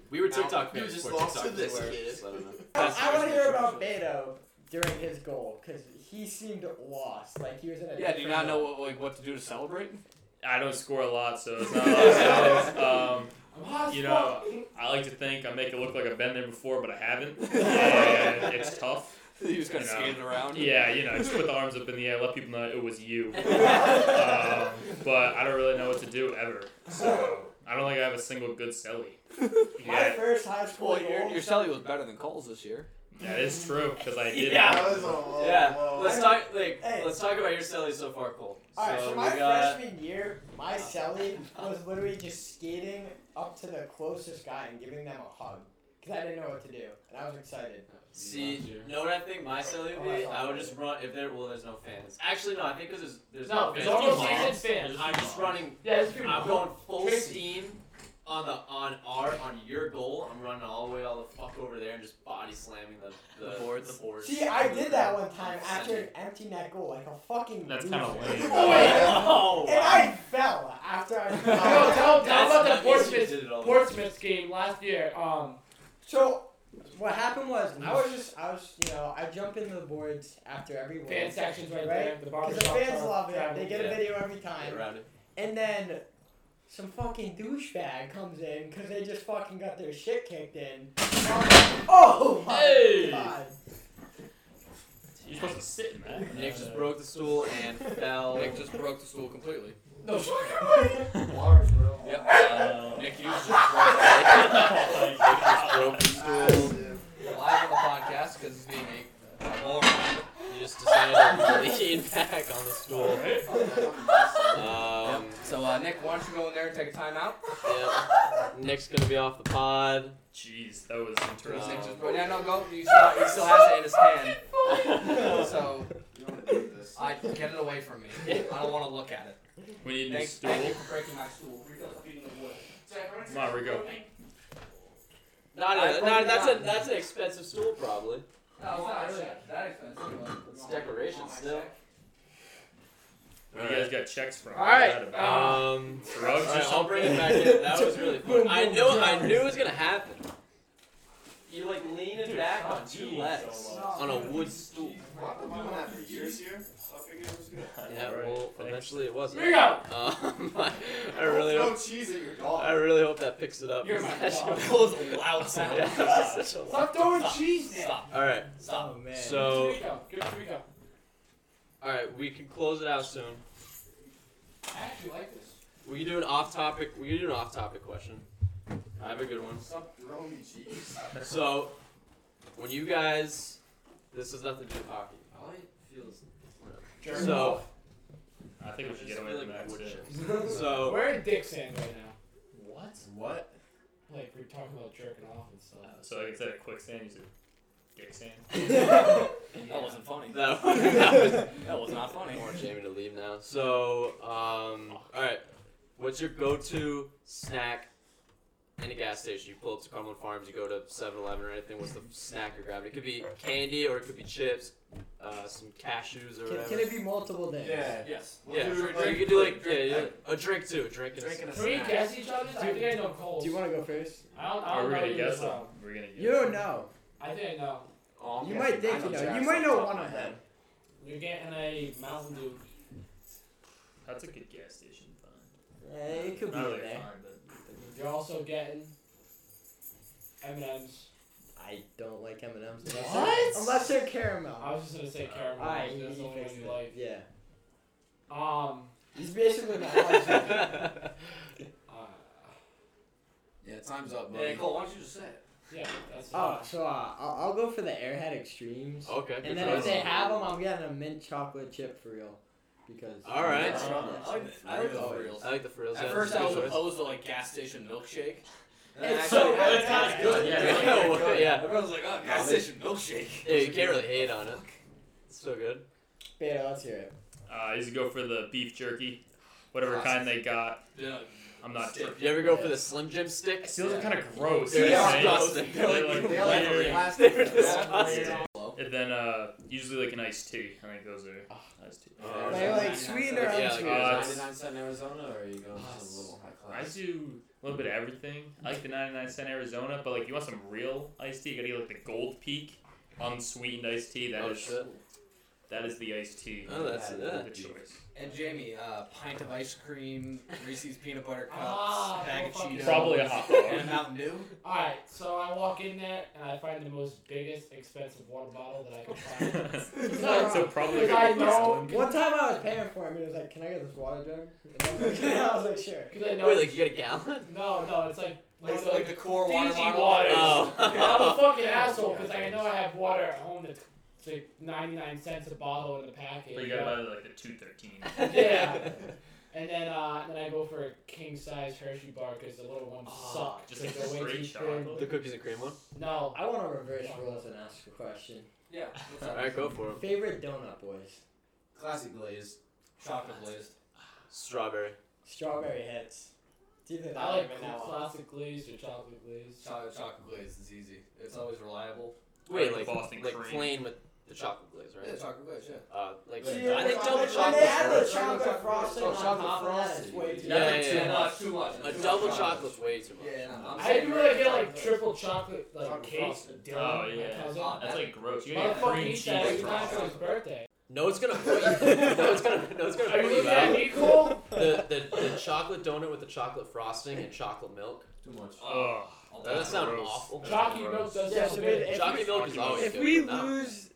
Speaker 1: We were
Speaker 10: Now,
Speaker 1: TikTok
Speaker 10: you
Speaker 1: fans.
Speaker 10: just
Speaker 1: before
Speaker 10: lost
Speaker 1: TikTok
Speaker 10: to this
Speaker 1: was a word,
Speaker 10: kid.
Speaker 1: so I don't know.
Speaker 3: I, want to hear about Beto during his goal because he seemed lost. Like he was in a.
Speaker 2: Yeah, do you
Speaker 3: different
Speaker 2: not know [LAUGHS]
Speaker 3: mode.
Speaker 2: what, like what to do to celebrate?
Speaker 7: I don't score a lot, so it's not a lot of goals. Um,
Speaker 3: I'm hot as
Speaker 7: You
Speaker 3: fuck. [LAUGHS]
Speaker 7: I like to think I make it look like I've been there before, but I haven't.
Speaker 2: [LAUGHS]
Speaker 7: And it's tough.
Speaker 2: He was kind of
Speaker 7: Yeah.
Speaker 2: skating around.
Speaker 7: Yeah, you know, just put the arms up in the air, let people know it was you.
Speaker 1: Um,
Speaker 7: um, but I don't really know what to do ever. So I don't think I have a single good celly.
Speaker 2: [LAUGHS]
Speaker 3: My
Speaker 7: Yeah,
Speaker 3: first high school
Speaker 2: Well, your,
Speaker 3: goal. [LAUGHS]
Speaker 2: your Sally was better than Cole's this year.
Speaker 7: that is true because I did.
Speaker 1: Yeah.
Speaker 10: That was a low,
Speaker 1: Yeah,
Speaker 10: low.
Speaker 1: let's talk. Like,
Speaker 3: Oh. Hey.
Speaker 1: let's talk about your celly so far, Cole.
Speaker 3: All right,
Speaker 1: so
Speaker 3: so,
Speaker 1: we
Speaker 3: my
Speaker 1: got
Speaker 3: freshman year, my celly was literally just skating up to the closest guy and giving them a hug because I didn't know what to do and I was excited.
Speaker 1: see. You know what I think my celly
Speaker 3: Oh,
Speaker 1: would be? I would just run if there. Well, there's no fans. Actually, no. I think 'cause there's there's
Speaker 5: No,
Speaker 1: fans.
Speaker 5: there's
Speaker 1: There's
Speaker 5: almost
Speaker 1: no
Speaker 5: season
Speaker 1: moms.
Speaker 5: fans.
Speaker 1: I'm just running.
Speaker 5: Yeah, it's pretty
Speaker 1: I'm going full
Speaker 5: Crazy.
Speaker 1: steam on the on our on your goal. I'm running all the way all the fuck over there and just body slamming the the,
Speaker 2: The boards.
Speaker 1: The boards.
Speaker 3: See, I did that one time after
Speaker 1: Send
Speaker 3: [LAUGHS] an
Speaker 1: it.
Speaker 3: empty net goal, like a fucking.
Speaker 7: That's kinda
Speaker 3: loser. [LAUGHS]
Speaker 7: lame.
Speaker 3: Oh, yeah.
Speaker 1: Oh,
Speaker 3: And
Speaker 1: wow.
Speaker 3: I fell after
Speaker 5: [LAUGHS]
Speaker 3: I.
Speaker 5: No,
Speaker 1: Oh,
Speaker 3: [LAUGHS]
Speaker 5: tell, tell
Speaker 1: that's-
Speaker 5: about the
Speaker 1: that means you
Speaker 5: Portsmouth,
Speaker 1: did it all.
Speaker 5: Portsmouth game last year. Um,
Speaker 3: So what happened was I was just I was you know I jump into the boards after every one.
Speaker 5: fan sections right,
Speaker 3: Right?
Speaker 5: there. The
Speaker 3: Because the
Speaker 5: barbershop.
Speaker 3: fans love it. They get a
Speaker 1: Yeah.
Speaker 3: video every
Speaker 1: Get
Speaker 3: time.
Speaker 1: around it.
Speaker 3: And then some fucking douchebag comes in because they just fucking got their shit kicked in. And I'm like, oh my
Speaker 5: [LAUGHS]
Speaker 1: Hey!
Speaker 3: god.
Speaker 7: You're supposed to sit in that. Uh,
Speaker 1: Nick just broke the stool and fell.
Speaker 2: Nick just broke the stool completely.
Speaker 5: No,
Speaker 10: Large, bro.
Speaker 2: Yep.
Speaker 7: Uh,
Speaker 2: Nick, you just broke,
Speaker 7: Broke
Speaker 2: the stool live on the podcast because it's being a moron.
Speaker 1: You just decided to lean back on the stool. Um,
Speaker 2: So uh, Nick, why don't you go in there and take a timeout?
Speaker 1: yeah. Nick's gonna be off the pod.
Speaker 7: Jeez, that was
Speaker 2: Because Nick
Speaker 7: interesting.
Speaker 2: just broke. Yeah, no, go. You still, he still has it in his hand. So
Speaker 10: You don't do this.
Speaker 2: I get it away from me. I don't want to look at it.
Speaker 7: We need a new
Speaker 2: Thank,
Speaker 7: stool.
Speaker 2: thank you for breaking my stool.
Speaker 7: Come on, Rico.
Speaker 1: Not,
Speaker 2: I
Speaker 1: a,
Speaker 2: broke
Speaker 1: not
Speaker 2: it
Speaker 1: that's
Speaker 2: down.
Speaker 1: a that's an expensive stool probably.
Speaker 2: No, it's not really that expensive.
Speaker 1: It's decoration still.
Speaker 7: Where you guys got checks from?
Speaker 5: All right,
Speaker 7: What was that about?
Speaker 1: Um,
Speaker 7: Drugs or
Speaker 1: alright, I'll
Speaker 7: something?
Speaker 1: bring it back in. That was really fun. I knew I knew it was gonna happen. You like leaning back on two legs on a wood stool.
Speaker 10: I've been doing that for years here. so I figured it was good.
Speaker 1: Yeah, well, eventually it wasn't.
Speaker 5: Rico,
Speaker 1: Um, [LAUGHS] I, I really
Speaker 10: Don't
Speaker 1: hope
Speaker 10: throw cheese at your
Speaker 2: [LAUGHS]
Speaker 1: I
Speaker 10: dog.
Speaker 1: really hope that picks it up.
Speaker 5: You're my dog.
Speaker 1: That was a loud sound. Yeah, that was such a loud.
Speaker 5: stop throwing cheese now.
Speaker 1: [LAUGHS] All right,
Speaker 3: Oh man.
Speaker 1: so
Speaker 5: Rico, give it to Rico.
Speaker 1: all right, we can close it out soon.
Speaker 5: I actually like this.
Speaker 1: We can do an off-topic. We can do an off-topic question. I have a good one.
Speaker 10: Stop throwing
Speaker 1: [LAUGHS]
Speaker 10: me cheese.
Speaker 1: So, when you guys, this has nothing to do with hockey. All I feel is
Speaker 3: Jerk
Speaker 1: so.
Speaker 3: off.
Speaker 7: I think we should get away from that.
Speaker 1: wood
Speaker 7: too.
Speaker 1: chips. So
Speaker 5: We're in Dick's hand right now.
Speaker 1: what?
Speaker 10: What?
Speaker 5: Like we're talking about jerking off and stuff.
Speaker 7: Oh, So like instead of quicksand, you said dick sand.
Speaker 2: That wasn't funny. [LAUGHS]
Speaker 1: That was, that was,
Speaker 2: That was not
Speaker 1: I
Speaker 2: funny.
Speaker 1: want Jamie to leave now. So, um, all right. What's your go-to snack in a gas station? You pull up to Cumberland Farms, you go to 7-Eleven or anything. What's the snack you're grabbing? It could be candy or it could be chips, uh, some cashews or
Speaker 3: [LAUGHS] Can,
Speaker 1: whatever.
Speaker 3: can it be multiple things?
Speaker 10: Yeah.
Speaker 2: Yes.
Speaker 1: yeah,
Speaker 10: We'll do
Speaker 1: or
Speaker 10: a
Speaker 1: you
Speaker 10: drink
Speaker 1: could do
Speaker 10: break,
Speaker 1: like yeah,
Speaker 10: drink
Speaker 1: yeah,
Speaker 10: break.
Speaker 1: a drink too, a drink. and a
Speaker 10: Drinking a
Speaker 5: Can we
Speaker 10: snack.
Speaker 5: guess each other's? I think I know Cole's.
Speaker 3: Do you want to go first?
Speaker 5: I don't, I
Speaker 7: Are
Speaker 5: don't
Speaker 7: we
Speaker 5: know
Speaker 7: gonna
Speaker 5: Oh, you
Speaker 7: guess
Speaker 5: as well.
Speaker 7: them? We're gonna guess.
Speaker 3: You don't know.
Speaker 5: I think I know.
Speaker 10: Oh,
Speaker 3: You
Speaker 10: yeah.
Speaker 3: might think
Speaker 10: I
Speaker 3: you know. You
Speaker 10: Jack's
Speaker 3: might
Speaker 10: off
Speaker 3: know
Speaker 10: the top
Speaker 3: one
Speaker 10: my
Speaker 3: of
Speaker 10: [LAUGHS] head.
Speaker 5: You're getting a Mountain Dew.
Speaker 7: That's a good gas station find.
Speaker 3: Yeah, it could be
Speaker 7: Not really
Speaker 3: there.
Speaker 7: find, but
Speaker 5: You're also getting M&M's.
Speaker 3: I don't like M and M's.
Speaker 5: What?
Speaker 3: Unless they're caramel.
Speaker 5: I was just gonna say caramel.
Speaker 3: Alright, you-
Speaker 5: because that's the
Speaker 3: you
Speaker 5: only
Speaker 3: fixed
Speaker 5: one you
Speaker 3: it.
Speaker 5: like.
Speaker 3: Yeah.
Speaker 5: Um.
Speaker 3: He's basically my
Speaker 2: [LAUGHS]
Speaker 3: husband.
Speaker 1: snack.
Speaker 5: Uh,
Speaker 10: Yeah,
Speaker 2: [LAUGHS]
Speaker 10: time's up, buddy.
Speaker 2: Yeah, Cole, why don't you just say it?
Speaker 5: yeah, that's.
Speaker 3: Oh, so uh, I'll, I'll go for the Airhead Extremes.
Speaker 1: okay. good
Speaker 3: And then if
Speaker 1: choice.
Speaker 3: they have them, I'm getting a mint chocolate chip for real. Because.
Speaker 1: All right.
Speaker 3: Yes.
Speaker 2: I like the- I like the frills.
Speaker 1: I like the frills.
Speaker 2: At
Speaker 1: yeah,
Speaker 2: first, I
Speaker 1: that's a
Speaker 2: was
Speaker 1: good choice.
Speaker 2: opposed to like gas station milkshake. And then
Speaker 3: It's
Speaker 2: I
Speaker 3: so
Speaker 2: actually had
Speaker 3: good.
Speaker 2: it.
Speaker 3: It's
Speaker 2: It's Yeah,
Speaker 3: good.
Speaker 1: Yeah,
Speaker 2: really
Speaker 1: well, [LAUGHS]
Speaker 2: good.
Speaker 1: yeah.
Speaker 2: Everyone's like, oh, gas station milkshake.
Speaker 1: Yeah, you can't really hate
Speaker 2: [LAUGHS]
Speaker 1: on it. It's so good.
Speaker 3: Beto, let's hear it.
Speaker 7: uh, I used to go for the beef jerky, whatever kind they got.
Speaker 2: Yeah.
Speaker 7: I'm not sure.
Speaker 2: Stick.
Speaker 1: You ever go for the Slim Jim stick?
Speaker 7: It feels kind of gross.
Speaker 1: They're
Speaker 7: you know what I'm saying?
Speaker 1: disgusting. Oh, They're [LAUGHS]
Speaker 7: They're,
Speaker 1: like-
Speaker 7: like,
Speaker 10: They're like
Speaker 7: weird.
Speaker 10: [LAUGHS] plastic.
Speaker 1: They're
Speaker 7: disgusting.
Speaker 10: Yeah.
Speaker 7: And then uh, usually like an iced tea. I think those are iced tea.
Speaker 2: Uh,
Speaker 1: Oh,
Speaker 3: They
Speaker 1: yeah.
Speaker 3: like sweet or
Speaker 1: Yeah, like-
Speaker 3: unsweet.
Speaker 7: Uh, it's-
Speaker 10: 99 cent Arizona, or are you going to a little high
Speaker 7: I
Speaker 10: class?
Speaker 7: do a little bit of everything. I like the 99 cent Arizona, but like you want some real iced tea, you gotta get like the Gold Peak unsweetened iced tea. That
Speaker 1: Oh
Speaker 7: is
Speaker 1: shit.
Speaker 7: That is the iced tea.
Speaker 1: Oh, that's-
Speaker 7: Had
Speaker 1: yeah.
Speaker 7: The choice.
Speaker 2: And Jamie, uh, pint of ice cream, Reese's peanut butter cups,
Speaker 5: Ah,
Speaker 2: bag of
Speaker 5: well, fuck
Speaker 2: Cheetos,
Speaker 7: Probably a hot
Speaker 2: and a
Speaker 7: [LAUGHS] dog.
Speaker 2: Mountain Dew.
Speaker 5: [LAUGHS] Alright, so I walk in there and I find the most biggest expensive water bottle that I can
Speaker 7: [LAUGHS]
Speaker 5: find.
Speaker 7: so probably.
Speaker 5: Like, I know-
Speaker 7: Iceland.
Speaker 3: One time I was paying for him and he was like, Can I get this water jug? And I was like, [LAUGHS] I was like Sure.
Speaker 5: Because I know
Speaker 1: Wait, like you get a gallon?
Speaker 5: No, no, it's like
Speaker 2: Like,
Speaker 5: it's
Speaker 2: so, like the core water
Speaker 5: Fiji
Speaker 2: bottle.
Speaker 5: water.
Speaker 1: Oh.
Speaker 2: [LAUGHS]
Speaker 5: I'm a fucking asshole because I know I have water at home that's it's like 99 cents a bottle in the package.
Speaker 7: But you gotta buy like the two thirteen.
Speaker 5: [LAUGHS] yeah. And then, uh, then I go for a king size Hershey bar because the little ones
Speaker 1: Oh,
Speaker 5: suck.
Speaker 7: just
Speaker 5: Like,
Speaker 7: like
Speaker 5: they're way too
Speaker 7: straight chocolate?
Speaker 5: thin.
Speaker 1: The cookies and cream one.
Speaker 5: No.
Speaker 3: I want to reverse roles and ask a question.
Speaker 2: Yeah.
Speaker 1: All right, go for it.
Speaker 3: Favorite donut, boys?
Speaker 10: Classic glazed.
Speaker 2: Chocolate glazed.
Speaker 1: Strawberry.
Speaker 3: Strawberry hits. Do you think
Speaker 5: I like
Speaker 3: now?
Speaker 5: classic glaze or chocolate glaze.
Speaker 2: Chocolate, chocolate glazed is easy. It's always reliable.
Speaker 1: Wait,
Speaker 7: Like
Speaker 1: like
Speaker 7: Boston
Speaker 1: like
Speaker 7: cream.
Speaker 1: plain with the chocolate glaze, right?
Speaker 2: chocolate glazed, yeah.
Speaker 1: Uh, like
Speaker 3: See,
Speaker 1: I think
Speaker 3: when
Speaker 1: double
Speaker 3: they-
Speaker 1: chocolate.
Speaker 3: When they added the
Speaker 1: frost-
Speaker 3: chocolate frosting on
Speaker 10: Oh, chocolate
Speaker 3: top of that,
Speaker 10: frosting.
Speaker 3: it's way too
Speaker 1: Yeah,
Speaker 2: Nothing
Speaker 1: yeah,
Speaker 2: too
Speaker 1: yeah.
Speaker 2: much, too much.
Speaker 1: A
Speaker 2: Too
Speaker 1: double
Speaker 2: much.
Speaker 1: chocolate's way too much.
Speaker 2: Yeah, no, I'm
Speaker 5: I
Speaker 2: saying
Speaker 5: do like
Speaker 2: regular
Speaker 5: get like
Speaker 2: chocolate.
Speaker 5: triple chocolate like
Speaker 2: Chocolate
Speaker 5: cake.
Speaker 2: frosted.
Speaker 5: Dylan,
Speaker 7: Oh,
Speaker 5: my
Speaker 7: yeah.
Speaker 5: cousin.
Speaker 2: Oh,
Speaker 7: That's like gross. You gotta get
Speaker 5: Motherfucker
Speaker 7: cream
Speaker 5: eats
Speaker 7: cheese.
Speaker 5: that every
Speaker 7: frosting.
Speaker 5: time for his birthday.
Speaker 1: No, it's gonna put you. no, it's gonna. No, it's gonna
Speaker 5: Are you
Speaker 1: put you
Speaker 5: looking at
Speaker 1: out.
Speaker 5: me, Cole?
Speaker 1: The, the the chocolate donut with the chocolate frosting and chocolate milk.
Speaker 10: Too much.
Speaker 7: Ugh.
Speaker 1: That
Speaker 7: That's
Speaker 1: sounds
Speaker 7: gross.
Speaker 1: awful.
Speaker 7: That's
Speaker 5: Chalky
Speaker 7: gross.
Speaker 5: milk does
Speaker 3: Yeah,
Speaker 5: sound
Speaker 3: so
Speaker 5: good.
Speaker 3: if-
Speaker 1: Chocolate milk is
Speaker 7: Chocolate
Speaker 1: always
Speaker 3: If
Speaker 1: good.
Speaker 3: we
Speaker 1: but no.
Speaker 3: lose,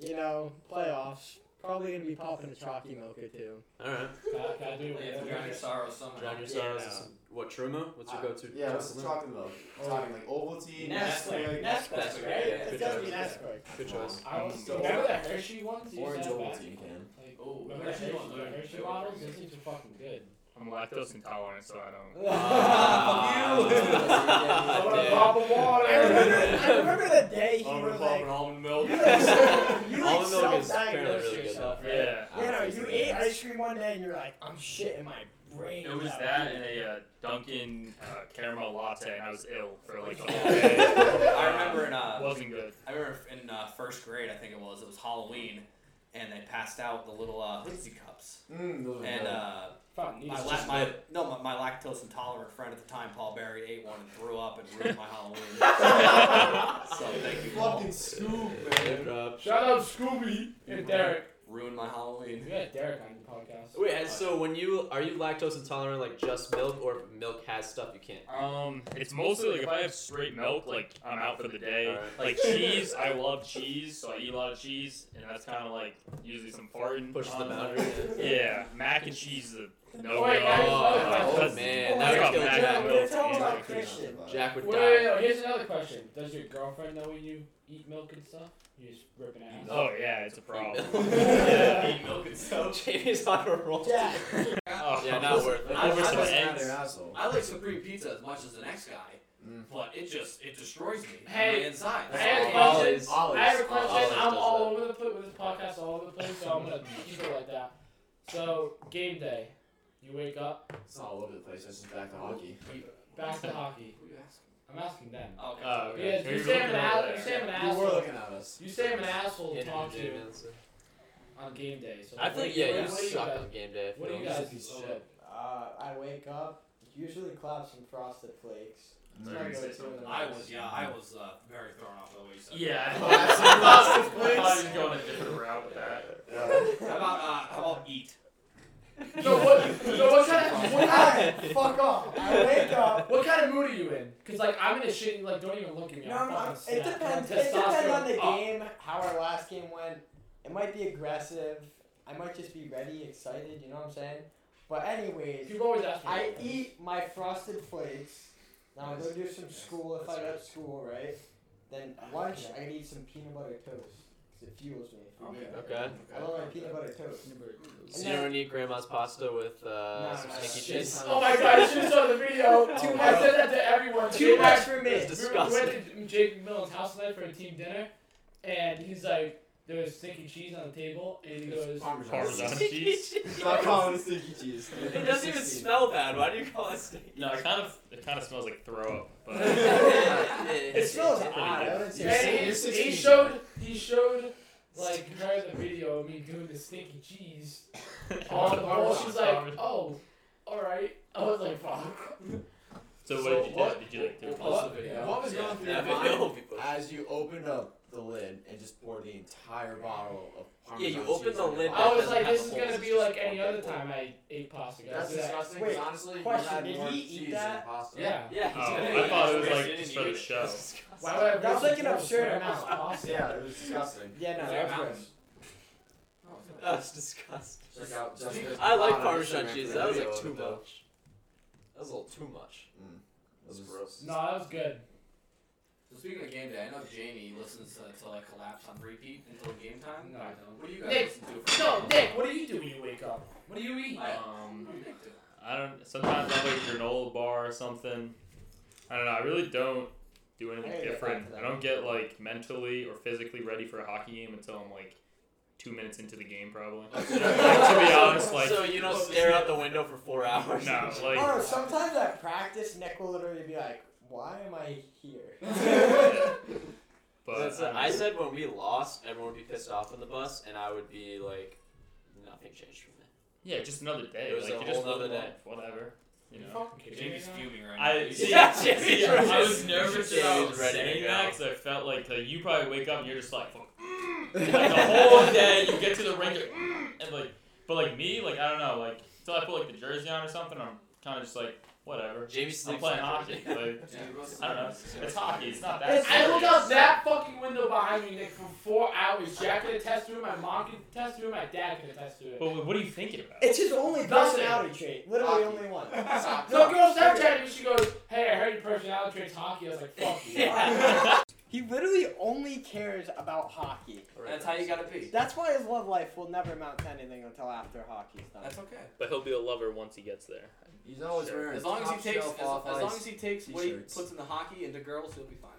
Speaker 3: you know, playoffs, probably gonna be popping a chalky milk or two.
Speaker 1: all right,
Speaker 5: God, God, dude,
Speaker 2: Yeah, drown your
Speaker 5: whatever.
Speaker 2: sorrow somehow.
Speaker 1: drown your
Speaker 3: Yeah,
Speaker 1: sorrows.
Speaker 3: no.
Speaker 1: What Truma? What's your
Speaker 10: Uh,
Speaker 1: go-to?
Speaker 10: Yeah, what's the
Speaker 1: milk?
Speaker 10: chocolate milk? We're talking like Ovaltine.
Speaker 3: Nesquik, Nesquik, right?
Speaker 1: yeah,
Speaker 3: It's
Speaker 1: good
Speaker 3: gotta be
Speaker 1: choice.
Speaker 3: Nesquik.
Speaker 1: Good choice.
Speaker 5: I was
Speaker 7: Mm.
Speaker 5: remember that Hershey ones. you
Speaker 10: Orange
Speaker 5: used to have
Speaker 10: Ovaltine
Speaker 5: back?
Speaker 10: can.
Speaker 5: Like,
Speaker 2: Oh,
Speaker 5: remember that Hershey, the Hershey bottles? Those things are fucking good.
Speaker 7: I'm Oh, lactose intolerant, so I [LAUGHS] don't.
Speaker 5: I
Speaker 1: Ah,
Speaker 5: want a
Speaker 1: dude.
Speaker 5: pop of water.
Speaker 3: I remember, I remember the day he
Speaker 10: I'm
Speaker 3: was
Speaker 10: gonna
Speaker 3: like,
Speaker 10: pop an almond milk.
Speaker 3: you like, you
Speaker 1: Almond
Speaker 3: like
Speaker 1: milk is apparently
Speaker 3: self-diagnosed
Speaker 1: really good.
Speaker 3: yourself, right?
Speaker 7: Yeah.
Speaker 3: You know,
Speaker 1: Honestly,
Speaker 3: you
Speaker 1: it's
Speaker 3: ate
Speaker 1: really
Speaker 3: ice cream one day and you're like, I'm shitting my brain.
Speaker 7: It was
Speaker 3: out.
Speaker 7: that and a uh, Dunkin' uh, caramel latte, and I was ill
Speaker 3: [LAUGHS]
Speaker 7: for like the whole day.
Speaker 2: I remember in uh,
Speaker 7: It wasn't good.
Speaker 2: I remember in uh, first grade, I think it was. It was Halloween, and they passed out the little uh, Hootsie cups.
Speaker 10: Mmm, those are
Speaker 2: And
Speaker 10: good.
Speaker 2: uh,
Speaker 5: Fuck,
Speaker 2: my,
Speaker 5: these
Speaker 2: la- my no, my, my lactose intolerant friend at the time, Paul Barry, ate one and threw up and ruined my Halloween. so thank you, Paul.
Speaker 10: fucking scoop,
Speaker 1: good.
Speaker 10: man.
Speaker 1: Drop.
Speaker 5: Shout out Scooby and Derek.
Speaker 2: Ruined my Halloween. [LAUGHS]
Speaker 5: [LAUGHS] We had Derek on the podcast.
Speaker 1: Wait, and so when you are you lactose intolerant, like just milk, or if milk has stuff you can't?
Speaker 7: Um, it's mostly like if I have straight milk, like I'm out for the day.
Speaker 1: Alright.
Speaker 7: Like cheese, I love cheese, so I eat a lot of cheese, and that's kind of like usually some farting.
Speaker 1: Pushes the
Speaker 3: Um,
Speaker 7: on
Speaker 1: boundary.
Speaker 7: Yeah, mac and cheese is a no
Speaker 5: Oh, wait,
Speaker 7: go.
Speaker 5: guys,
Speaker 1: Oh,
Speaker 5: oh,
Speaker 1: oh
Speaker 7: That's-
Speaker 1: man,
Speaker 7: that's
Speaker 1: that
Speaker 7: got
Speaker 1: would kill
Speaker 7: mad
Speaker 3: Yeah,
Speaker 7: at
Speaker 1: Jack.
Speaker 3: we're
Speaker 7: milk.
Speaker 3: talking
Speaker 7: He's
Speaker 3: about
Speaker 7: like,
Speaker 3: Christian.
Speaker 1: Jack would
Speaker 5: Wait, wait,
Speaker 1: die.
Speaker 5: wait, here's another question. Does your girlfriend know when you eat milk and stuff? You just ripping ass.
Speaker 7: Oh yeah, it's a problem.
Speaker 1: Yeah.
Speaker 2: Eat milk and
Speaker 1: [LAUGHS]
Speaker 2: soap.
Speaker 1: Jamie's on a roll.
Speaker 3: Yeah.
Speaker 7: Oh,
Speaker 1: Yeah, not worth it.
Speaker 10: Like,
Speaker 7: Over
Speaker 10: I
Speaker 7: some
Speaker 10: just
Speaker 7: eggs.
Speaker 10: their asshole.
Speaker 2: I like supreme pizza as much as the next guy,
Speaker 10: Mm.
Speaker 2: but it just it destroys me.
Speaker 5: Hey,
Speaker 2: my inside.
Speaker 5: I have a
Speaker 1: Olives.
Speaker 5: question.
Speaker 2: Oh,
Speaker 5: I have
Speaker 1: Olives
Speaker 5: a question.
Speaker 1: does
Speaker 5: I'm all
Speaker 1: that.
Speaker 5: over the place with this podcast, all over the place, so
Speaker 1: [LAUGHS]
Speaker 5: I'm gonna keep it like that. So game day, you wake up,
Speaker 10: It's all over the place. That's just back to hockey.
Speaker 5: back to hockey.
Speaker 2: Who you asking?
Speaker 5: I'm asking them.
Speaker 2: Oh, okay.
Speaker 7: Oh, okay.
Speaker 5: Because
Speaker 7: So
Speaker 5: you
Speaker 7: you're
Speaker 5: say I'm an
Speaker 7: looking
Speaker 5: ass.
Speaker 7: over
Speaker 5: You
Speaker 7: there.
Speaker 5: say I'm an
Speaker 10: You were
Speaker 5: asshole.
Speaker 10: looking at us.
Speaker 5: You say I'm an asshole to
Speaker 1: Hidden
Speaker 5: talk
Speaker 1: Jamie
Speaker 5: to
Speaker 1: Madison.
Speaker 5: on game day. So
Speaker 1: I
Speaker 5: what
Speaker 1: feel like
Speaker 5: do
Speaker 1: yeah, you
Speaker 5: what do you
Speaker 1: suck
Speaker 5: guys-
Speaker 1: on game day. I
Speaker 5: What do
Speaker 1: feel like.
Speaker 5: you
Speaker 10: He's a
Speaker 5: guys?
Speaker 10: piece of
Speaker 5: oh,
Speaker 10: shit.
Speaker 3: Uh, I wake up, usually clap some frosted flakes. It's my
Speaker 7: Mm.
Speaker 3: go-to in the
Speaker 2: I
Speaker 3: morning.
Speaker 2: was yeah, I was uh, very thrown off by what you said. [LAUGHS]
Speaker 7: Yeah. [LAUGHS] I [LAUGHS]
Speaker 10: Lots of
Speaker 7: thought- I thought he was
Speaker 10: plates.
Speaker 7: going a different route with that.
Speaker 2: How about uh, how about eat?
Speaker 5: [LAUGHS] So
Speaker 2: [LAUGHS]
Speaker 5: what? So what kind of what kind
Speaker 3: Alright, [LAUGHS] fuck off. I wake up.
Speaker 5: of, what kind of mood are you in? Cause like I'm in a shitty like don't even look at me.
Speaker 3: No,
Speaker 5: I'm
Speaker 3: no,
Speaker 5: fucking
Speaker 3: it
Speaker 5: snapped.
Speaker 3: depends.
Speaker 5: My
Speaker 3: It depends on the
Speaker 5: testosterone up.
Speaker 3: game, how our last game went. It might be aggressive. I might just be ready, excited. You know what I'm saying? But anyways,
Speaker 5: You've always asked me.
Speaker 3: I
Speaker 5: that.
Speaker 3: eat my frosted flakes. Now I go do some school if I got school, right? Then lunch, I can eat some peanut butter toast because it fuels me.
Speaker 2: Okay.
Speaker 1: Okay.
Speaker 3: I love my peanut butter toast.
Speaker 1: So you don't eat grandma's pasta with uh,
Speaker 3: Nah,
Speaker 1: some
Speaker 3: nah,
Speaker 1: stinky
Speaker 3: shit.
Speaker 1: [LAUGHS] cheese.
Speaker 5: Oh my god, you should have saw the
Speaker 3: [LAUGHS]
Speaker 5: video.
Speaker 3: Too
Speaker 5: I
Speaker 3: much.
Speaker 5: said that to everyone.
Speaker 3: Too
Speaker 5: Jake-
Speaker 3: much for me.
Speaker 1: It's
Speaker 5: We went
Speaker 1: disgusting.
Speaker 5: to Jake McMillan's house tonight for a team dinner, and he's like, there was stinky cheese on the table, and he goes,
Speaker 7: Parmesan
Speaker 1: Stinky
Speaker 7: cheese.
Speaker 1: [LAUGHS]
Speaker 10: Stop calling it stinky cheese.
Speaker 1: It doesn't even smell bad. Why do you call it stinky?
Speaker 7: No, it kind of it kind of smells like throw up, but
Speaker 1: [LAUGHS]
Speaker 3: [LAUGHS]
Speaker 7: [LAUGHS]
Speaker 3: It smells
Speaker 7: pretty
Speaker 3: odd. I
Speaker 7: good.
Speaker 3: wouldn't
Speaker 10: You're
Speaker 3: say
Speaker 5: and
Speaker 10: sick.
Speaker 3: it's-
Speaker 5: he,
Speaker 10: you're
Speaker 5: he
Speaker 10: 16.
Speaker 5: showed, he showed, like, her the video of me doing the stinky cheese on the bowl. She's like, oh, alright. I was like, fuck.
Speaker 7: So
Speaker 5: So
Speaker 7: what did
Speaker 5: what-
Speaker 7: you do? Did you like do?
Speaker 2: We'll post the video.
Speaker 10: What was
Speaker 1: Yeah,
Speaker 10: going through
Speaker 1: that
Speaker 10: your
Speaker 1: video
Speaker 10: mind
Speaker 1: will be posted.
Speaker 10: as you opened up the lid and just poured the entire bottle of
Speaker 1: Yeah,
Speaker 10: Parmesan
Speaker 1: you open
Speaker 10: cheese
Speaker 1: the
Speaker 10: on it.
Speaker 1: lid.
Speaker 5: I was
Speaker 1: doesn't
Speaker 5: like,
Speaker 1: have
Speaker 5: this
Speaker 1: the
Speaker 5: is
Speaker 1: holes,
Speaker 5: gonna
Speaker 1: it's
Speaker 5: be
Speaker 1: just
Speaker 5: like
Speaker 1: one
Speaker 5: any
Speaker 1: big
Speaker 5: other
Speaker 1: hole.
Speaker 5: time I ate pasta. guys.
Speaker 1: That's
Speaker 5: It's-
Speaker 1: disgusting.
Speaker 3: Wait,
Speaker 1: 'cause honestly,
Speaker 3: question,
Speaker 1: you had
Speaker 3: did
Speaker 1: more
Speaker 3: he
Speaker 1: cheese
Speaker 3: eat that?
Speaker 1: than pasta.
Speaker 5: Yeah.
Speaker 1: Yeah.
Speaker 7: Oh, I thought it was like
Speaker 1: Yeah.
Speaker 7: just for the show.
Speaker 5: Why would I
Speaker 3: That's
Speaker 5: waste
Speaker 3: like an
Speaker 5: people's
Speaker 3: absurd
Speaker 5: time?
Speaker 3: amount.
Speaker 5: Pasta.
Speaker 10: Yeah, it was disgusting.
Speaker 3: Yeah, no,
Speaker 5: Is
Speaker 3: that's
Speaker 5: there a
Speaker 3: gross.
Speaker 1: That's disgusting.
Speaker 10: Check out Justin.
Speaker 1: I like
Speaker 10: Bonham's
Speaker 1: Parmesan
Speaker 10: Instagram
Speaker 1: cheese.
Speaker 10: for the
Speaker 1: That was
Speaker 10: video
Speaker 1: like
Speaker 10: of
Speaker 1: too
Speaker 10: it, though.
Speaker 1: much. That was a little too much. That was
Speaker 10: It was-
Speaker 1: gross. [LAUGHS]
Speaker 5: No, that was good.
Speaker 2: So speaking of game day, I know Jamie listens to until I collapse on repeat until game time.
Speaker 5: No, I don't.
Speaker 2: What do you guys
Speaker 5: Nick,
Speaker 2: listen to? for-
Speaker 5: No, Nick, what do you do when you wake up? What do you eat?
Speaker 2: Um, what do Nick do?
Speaker 7: I don't. Sometimes I'll make a granola bar or something. I don't know. I really don't do anything
Speaker 3: I gotta get
Speaker 7: different.
Speaker 3: back to
Speaker 7: I
Speaker 3: that.
Speaker 7: don't get like mentally or physically ready for a hockey game until I'm like two minutes into the game, probably. to be honest, like
Speaker 1: so you don't stare out the window for four hours.
Speaker 7: [LAUGHS] no,
Speaker 3: Oh,
Speaker 7: like
Speaker 3: sometimes at practice, Nick will literally be like, "Why am I here?" [LAUGHS]
Speaker 7: but
Speaker 1: [LAUGHS] That's-
Speaker 7: I don't
Speaker 1: I
Speaker 7: know.
Speaker 1: said when we lost, everyone would be pissed off on the bus, and I would be like, nothing changed for me.
Speaker 7: yeah, just another day.
Speaker 1: It was
Speaker 7: like
Speaker 1: a
Speaker 7: you just
Speaker 1: whole
Speaker 7: live
Speaker 1: nother
Speaker 7: life,
Speaker 1: day.
Speaker 7: whatever. You know.
Speaker 5: fucking kidding me
Speaker 2: Jamie's
Speaker 5: now?
Speaker 2: fuming right now.
Speaker 7: I
Speaker 2: He's-
Speaker 7: see.
Speaker 1: Yeah, Jamie's
Speaker 7: I
Speaker 1: right.
Speaker 7: was nervous
Speaker 1: Jamie's
Speaker 7: about
Speaker 1: ready to
Speaker 7: saying
Speaker 1: go.
Speaker 7: that because I felt like, like you probably wake up and you're just like, [LAUGHS] fuck, mm. like the whole day you get to the ring, you're, mm, and like, but like me, like I don't know, like till I put like the jersey on or something, I'm kind of just like whatever.
Speaker 1: Jamie
Speaker 7: I'm
Speaker 1: sleeps
Speaker 7: playing
Speaker 1: like
Speaker 7: hockey.
Speaker 1: [LAUGHS] crazy.
Speaker 7: Like,
Speaker 2: Jamie listens
Speaker 7: I don't know.
Speaker 2: to-
Speaker 7: It's hockey. It's not that.
Speaker 5: I
Speaker 7: serious.
Speaker 5: look out that fucking window behind me, Nick, for four hours. Jack could attest to it, my mom could attest to it, my dad could attest to it.
Speaker 7: But what are you thinking about?
Speaker 3: It's his only
Speaker 5: Nothing.
Speaker 3: personality trait. Literally,
Speaker 10: Hockey.
Speaker 3: only one.
Speaker 5: No girl Snapchat me, she goes, Hey, I heard your personality traits hockey. I was like, fuck you.
Speaker 1: Yeah.
Speaker 3: He literally only cares about hockey.
Speaker 2: That's how you gotta be.
Speaker 3: That's why his love life will never amount to anything until after hockey's done.
Speaker 2: That's okay.
Speaker 7: But he'll be a lover once he gets there. [LAUGHS]
Speaker 10: You know it's
Speaker 7: Sure.
Speaker 10: wearing
Speaker 2: As long as he
Speaker 10: top
Speaker 2: takes, as,
Speaker 10: shelf
Speaker 2: as
Speaker 10: off
Speaker 2: long
Speaker 10: ice.
Speaker 2: as he takes what he
Speaker 10: t-shirts.
Speaker 2: puts in the hockey into girls, he'll be fine.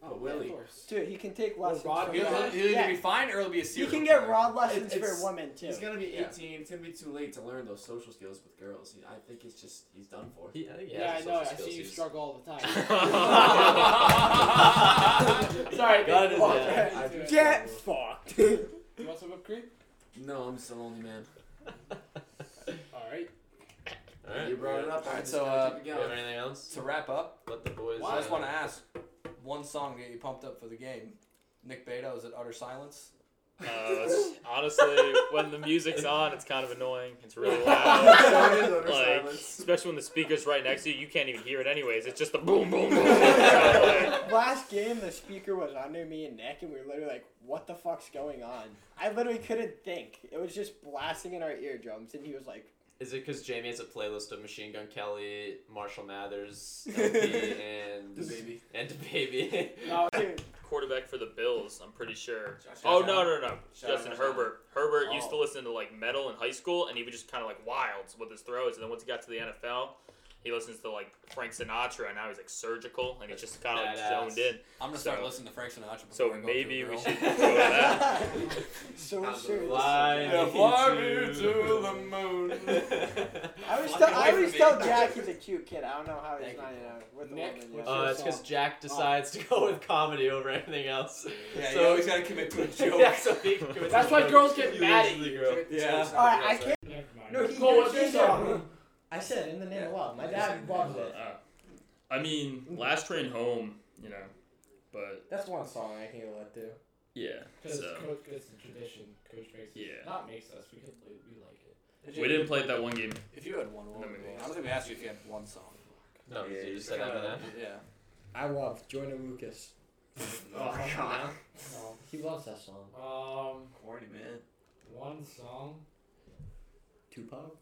Speaker 10: Oh, [LAUGHS] Willie.
Speaker 3: Dude, he can take lessons.
Speaker 5: Rod
Speaker 3: from
Speaker 5: Gilbert?
Speaker 3: that.
Speaker 2: He'll either
Speaker 3: Yeah,
Speaker 2: be fine or he'll be a
Speaker 3: he
Speaker 2: serial
Speaker 3: can get
Speaker 2: killer.
Speaker 3: rod lessons
Speaker 10: It's-
Speaker 3: for women too.
Speaker 10: He's gonna be
Speaker 2: Yeah.
Speaker 10: 18. It's gonna be too late to learn those social skills with girls. He, I think it's just he's done for.
Speaker 1: [LAUGHS] He- I think he
Speaker 5: Yeah, I
Speaker 1: has
Speaker 5: know.
Speaker 1: social
Speaker 5: I see
Speaker 1: skills.
Speaker 5: you
Speaker 1: He's-
Speaker 5: struggle all
Speaker 10: [LAUGHS]
Speaker 5: the time. Sorry,
Speaker 1: Sorry, God
Speaker 5: Nick.
Speaker 1: is
Speaker 5: Walk
Speaker 1: dead. [LAUGHS]
Speaker 5: right
Speaker 10: I-
Speaker 5: into it.
Speaker 3: Get fucked. [LAUGHS]
Speaker 5: You want some whipped cream?
Speaker 10: No, I'm just a lonely man.
Speaker 5: Alright.
Speaker 1: Alright.
Speaker 10: You brought it up.
Speaker 2: All right,
Speaker 10: I'm just
Speaker 2: so,
Speaker 10: gonna
Speaker 2: uh,
Speaker 10: keep it
Speaker 1: You
Speaker 10: going.
Speaker 1: have anything else?
Speaker 2: To wrap up,
Speaker 1: Let the boys.
Speaker 2: I just
Speaker 1: uh,
Speaker 2: want to ask one song to get you pumped up for the game. Nick Beta is it Utter [LAUGHS] Silence?
Speaker 7: Uh, honestly, when the music's on, it's kind of annoying. It's [LAUGHS] really
Speaker 2: Oh,
Speaker 10: So
Speaker 7: loud.
Speaker 10: it
Speaker 2: [LAUGHS]
Speaker 10: is under
Speaker 7: like,
Speaker 10: silence.
Speaker 7: especially when the speaker's right next to you, you can't even hear it anyways. It's just the boom, boom, boom. [LAUGHS] So, like,
Speaker 3: Last game, the speaker was under me and Nick, and we were literally like, "What the fuck's going on?" I literally couldn't think. It was just blasting in our eardrums, and he was like,
Speaker 1: Is it because Jamie has a playlist of Machine Gun Kelly, Marshall
Speaker 5: [LAUGHS]
Speaker 1: Mathers, LP, and
Speaker 10: baby.
Speaker 1: and DaBaby?
Speaker 5: No,
Speaker 3: "Dude,
Speaker 7: quarterback for the Bills, I'm pretty sure.
Speaker 2: Josh
Speaker 7: Oh
Speaker 2: Allen.
Speaker 7: no, no, no,
Speaker 2: Josh
Speaker 7: Justin
Speaker 2: Allen.
Speaker 7: Herbert. Herbert used to
Speaker 2: Oh.
Speaker 7: listen to like metal in high school, and he was just kind of like wild with his throws. And then once he got to the NFL, he listens to like Frank Sinatra, and now he's like surgical, and he's just kind of like
Speaker 1: Badass.
Speaker 7: zoned in.
Speaker 2: I'm gonna start
Speaker 7: So-
Speaker 2: listening to Frank Sinatra. Before
Speaker 7: so
Speaker 2: I go
Speaker 7: maybe
Speaker 2: to a
Speaker 7: we
Speaker 2: girl.
Speaker 7: should go with that.
Speaker 3: so
Speaker 10: Sounds
Speaker 3: serious."
Speaker 1: Fly
Speaker 2: [LAUGHS] Yeah,
Speaker 1: me
Speaker 2: fly
Speaker 1: to-
Speaker 2: me to the
Speaker 7: [LAUGHS]
Speaker 2: moon.
Speaker 3: I always
Speaker 2: Walk
Speaker 3: tell,
Speaker 2: away
Speaker 3: I always
Speaker 2: from
Speaker 3: tell
Speaker 2: me.
Speaker 3: Jack he's a cute kid. I don't know how
Speaker 2: Thank
Speaker 3: he's
Speaker 2: you.
Speaker 3: not, you know, with
Speaker 5: Nick,
Speaker 3: the woman.
Speaker 5: what's
Speaker 3: Yeah.
Speaker 1: [LAUGHS]
Speaker 5: your
Speaker 1: Uh, it's because
Speaker 5: Oh.
Speaker 1: Jack decides to go with comedy over anything
Speaker 10: [LAUGHS]
Speaker 1: else.
Speaker 2: Yeah,
Speaker 1: so
Speaker 2: you always gotta commit to a
Speaker 7: [LAUGHS]
Speaker 1: [LAUGHS]
Speaker 2: joke.
Speaker 1: Yeah, so he can commit
Speaker 5: [LAUGHS] That's
Speaker 1: to
Speaker 5: why
Speaker 1: jokes.
Speaker 5: girls get
Speaker 1: He
Speaker 5: mad
Speaker 1: listens
Speaker 5: at
Speaker 1: to
Speaker 5: you.
Speaker 1: girls.
Speaker 2: Yeah.
Speaker 3: All right, I can't.
Speaker 5: Never mind.
Speaker 3: No, he
Speaker 5: Cole,
Speaker 3: you
Speaker 5: what's your
Speaker 3: can't
Speaker 5: song?
Speaker 3: do it. I said in the name of love. My dad loves it.
Speaker 7: Uh, I mean, last train home, you know, but
Speaker 3: That's one song I can let do.
Speaker 7: yeah.
Speaker 5: Because
Speaker 7: So
Speaker 5: Coach gets the tradition. Coach makes us.
Speaker 7: Yeah.
Speaker 5: Not makes us. We, could, we, we like it.
Speaker 7: we didn't play that one game.
Speaker 2: If you had one, what would it be? I don't think we asked you if you had one song.
Speaker 1: No,
Speaker 7: Yeah,
Speaker 1: you
Speaker 7: you
Speaker 1: just said [LAUGHS] Eminem.
Speaker 2: Yeah.
Speaker 3: I love Jordan
Speaker 2: [LAUGHS]
Speaker 3: Lucas.
Speaker 5: Oh,
Speaker 10: God.
Speaker 3: He loves that song.
Speaker 5: Um,
Speaker 10: Corny man.
Speaker 5: one song.
Speaker 3: Tupac.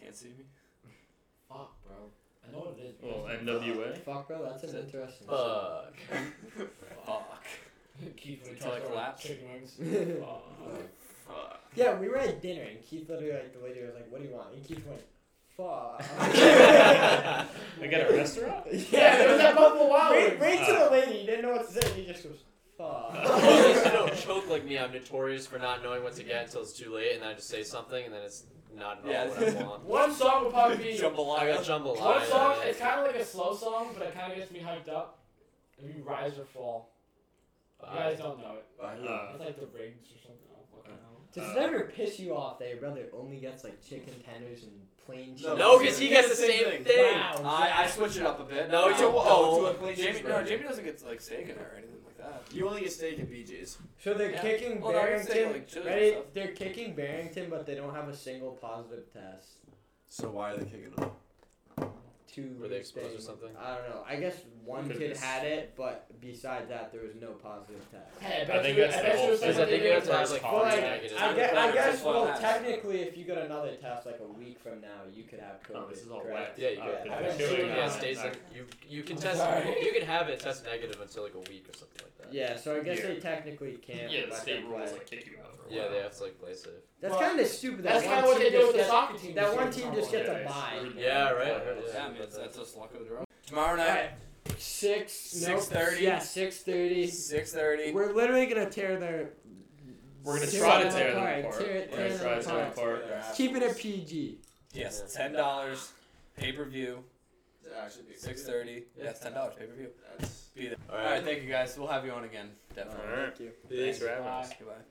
Speaker 2: Can't see me.
Speaker 5: Fuck, bro. I know what it is. but
Speaker 7: Well,
Speaker 5: it's-
Speaker 7: NWA.
Speaker 3: Fuck, bro, that's an interesting.
Speaker 1: Fuck.
Speaker 2: [LAUGHS] Fuck.
Speaker 5: [LAUGHS] Keith when he
Speaker 2: Until I
Speaker 5: talks about
Speaker 2: collapse.
Speaker 3: [LAUGHS]
Speaker 5: Chicken wings. Uh,
Speaker 3: song.
Speaker 5: Fuck.
Speaker 1: Fuck.
Speaker 3: [LAUGHS] yeah, we were at dinner and Keith literally like the lady was like, "What do you want?" And Keith went, "Fuck." [LAUGHS]
Speaker 7: I got a restaurant.
Speaker 5: yeah, there was that Buffalo Wild
Speaker 3: Wait,
Speaker 5: Wings.
Speaker 3: wait till the lady. He didn't know what to say. He just goes, [LAUGHS] "Fuck."
Speaker 1: If you
Speaker 5: [LAUGHS]
Speaker 1: don't
Speaker 3: [LAUGHS]
Speaker 1: choke like me, I'm notorious for not knowing what to get until it's too late, and then I just say something, and then it's not at all
Speaker 2: Yeah.
Speaker 1: what I
Speaker 10: [LAUGHS]
Speaker 1: want.
Speaker 5: One song would probably be.
Speaker 1: I got
Speaker 2: Jambalaya.
Speaker 1: jumbled.
Speaker 5: One song, it's kind of like a slow song, but it kind of gets me hyped up. If you rise or fall. You guys don't know it.
Speaker 10: Bye.
Speaker 7: Uh,
Speaker 5: It's like the rings or something. I don't fucking know.
Speaker 3: Does it ever piss you off that your brother only gets like chicken tenders and plain cheese?
Speaker 1: No, because he gets the same thing.
Speaker 3: Wow.
Speaker 1: I, I switch it up a bit. No,
Speaker 2: I
Speaker 1: you don't.
Speaker 2: don't.
Speaker 1: Oh, to a
Speaker 2: Jamie, no, Jamie doesn't get like steak in her or anything like that.
Speaker 10: You only get steak at BJ's.
Speaker 3: So they're
Speaker 2: Yeah.
Speaker 3: kicking
Speaker 2: Well, no, I was saying,
Speaker 3: Barrington.
Speaker 2: like, chili and
Speaker 3: ready?
Speaker 2: stuff.
Speaker 3: They're kicking Barrington, but they don't have a single positive test.
Speaker 10: So why are they kicking up?
Speaker 3: Two
Speaker 1: Were they
Speaker 3: weeks
Speaker 1: exposed
Speaker 3: thing.
Speaker 1: or something?
Speaker 3: I don't know. I guess one
Speaker 7: Could
Speaker 3: kid
Speaker 7: be.
Speaker 3: had it, but besides that, there was no positive test.
Speaker 5: Hey, I,
Speaker 7: I
Speaker 5: bet
Speaker 7: think
Speaker 5: you,
Speaker 7: that's
Speaker 5: I
Speaker 7: the
Speaker 5: bet
Speaker 7: whole
Speaker 5: you was
Speaker 7: thing.
Speaker 1: Because I
Speaker 5: someone
Speaker 1: think
Speaker 5: they
Speaker 1: it was
Speaker 5: did.
Speaker 1: like,
Speaker 7: Like,
Speaker 3: But like,
Speaker 1: negative.
Speaker 3: I, guess, I
Speaker 2: Positive
Speaker 3: guess
Speaker 2: test, one
Speaker 3: well,
Speaker 2: has.
Speaker 3: technically, if you get another test like a week from now, you could have COVID.
Speaker 7: Oh, this is all
Speaker 3: correct?
Speaker 7: wet.
Speaker 1: Yeah, you
Speaker 7: Oh,
Speaker 1: got
Speaker 3: it.
Speaker 7: good.
Speaker 3: I
Speaker 7: They're
Speaker 3: don't
Speaker 7: doing
Speaker 3: see
Speaker 7: it
Speaker 3: it.
Speaker 1: Yeah,
Speaker 7: on
Speaker 3: it's
Speaker 1: stays
Speaker 7: that.
Speaker 1: like, you you can test you can have it test negative until like a week or something like that.
Speaker 3: Yeah, so I guess
Speaker 7: Yeah.
Speaker 3: they technically can't.
Speaker 7: Yeah, the
Speaker 3: let
Speaker 7: state
Speaker 3: them
Speaker 7: rules
Speaker 3: play.
Speaker 7: like kick you out for a
Speaker 1: Yeah,
Speaker 7: while.
Speaker 1: they have to like place it.
Speaker 3: That's
Speaker 5: Well,
Speaker 3: kind of stupid. That
Speaker 5: That's
Speaker 3: one
Speaker 5: kind of what
Speaker 3: team
Speaker 5: they did
Speaker 3: just
Speaker 5: with the
Speaker 3: gets-
Speaker 5: soccer team.
Speaker 3: That
Speaker 5: this
Speaker 3: one
Speaker 5: year.
Speaker 3: team just gets
Speaker 7: Yeah,
Speaker 3: a
Speaker 7: they
Speaker 3: bye.
Speaker 7: screwed them.
Speaker 1: Yeah, right.
Speaker 2: Yeah, I mean, that's, that's just luck of the draw. Tomorrow night,
Speaker 3: Alright, Six. Six
Speaker 2: 6:30.
Speaker 3: Yeah, six thirty.
Speaker 2: six thirty.
Speaker 3: We're literally gonna tear their.
Speaker 7: We're gonna
Speaker 3: tear
Speaker 7: try to
Speaker 3: them
Speaker 7: tear them
Speaker 3: apart,
Speaker 7: apart.
Speaker 3: tear-
Speaker 7: We're
Speaker 3: tear
Speaker 7: gonna
Speaker 3: them
Speaker 7: try to tear them
Speaker 3: apart.
Speaker 7: apart.
Speaker 3: Keep it a PG.
Speaker 2: Yes, ten dollars, pay per view,
Speaker 10: Actually,
Speaker 2: six thirty. Yeah, it's ten dollars pay per view.
Speaker 10: That's
Speaker 2: All right, thank you guys. We'll have you on again,
Speaker 7: All
Speaker 2: definitely.
Speaker 7: right.
Speaker 3: Thank you.
Speaker 7: Thanks for having
Speaker 5: Bye.
Speaker 7: us.
Speaker 2: Goodbye.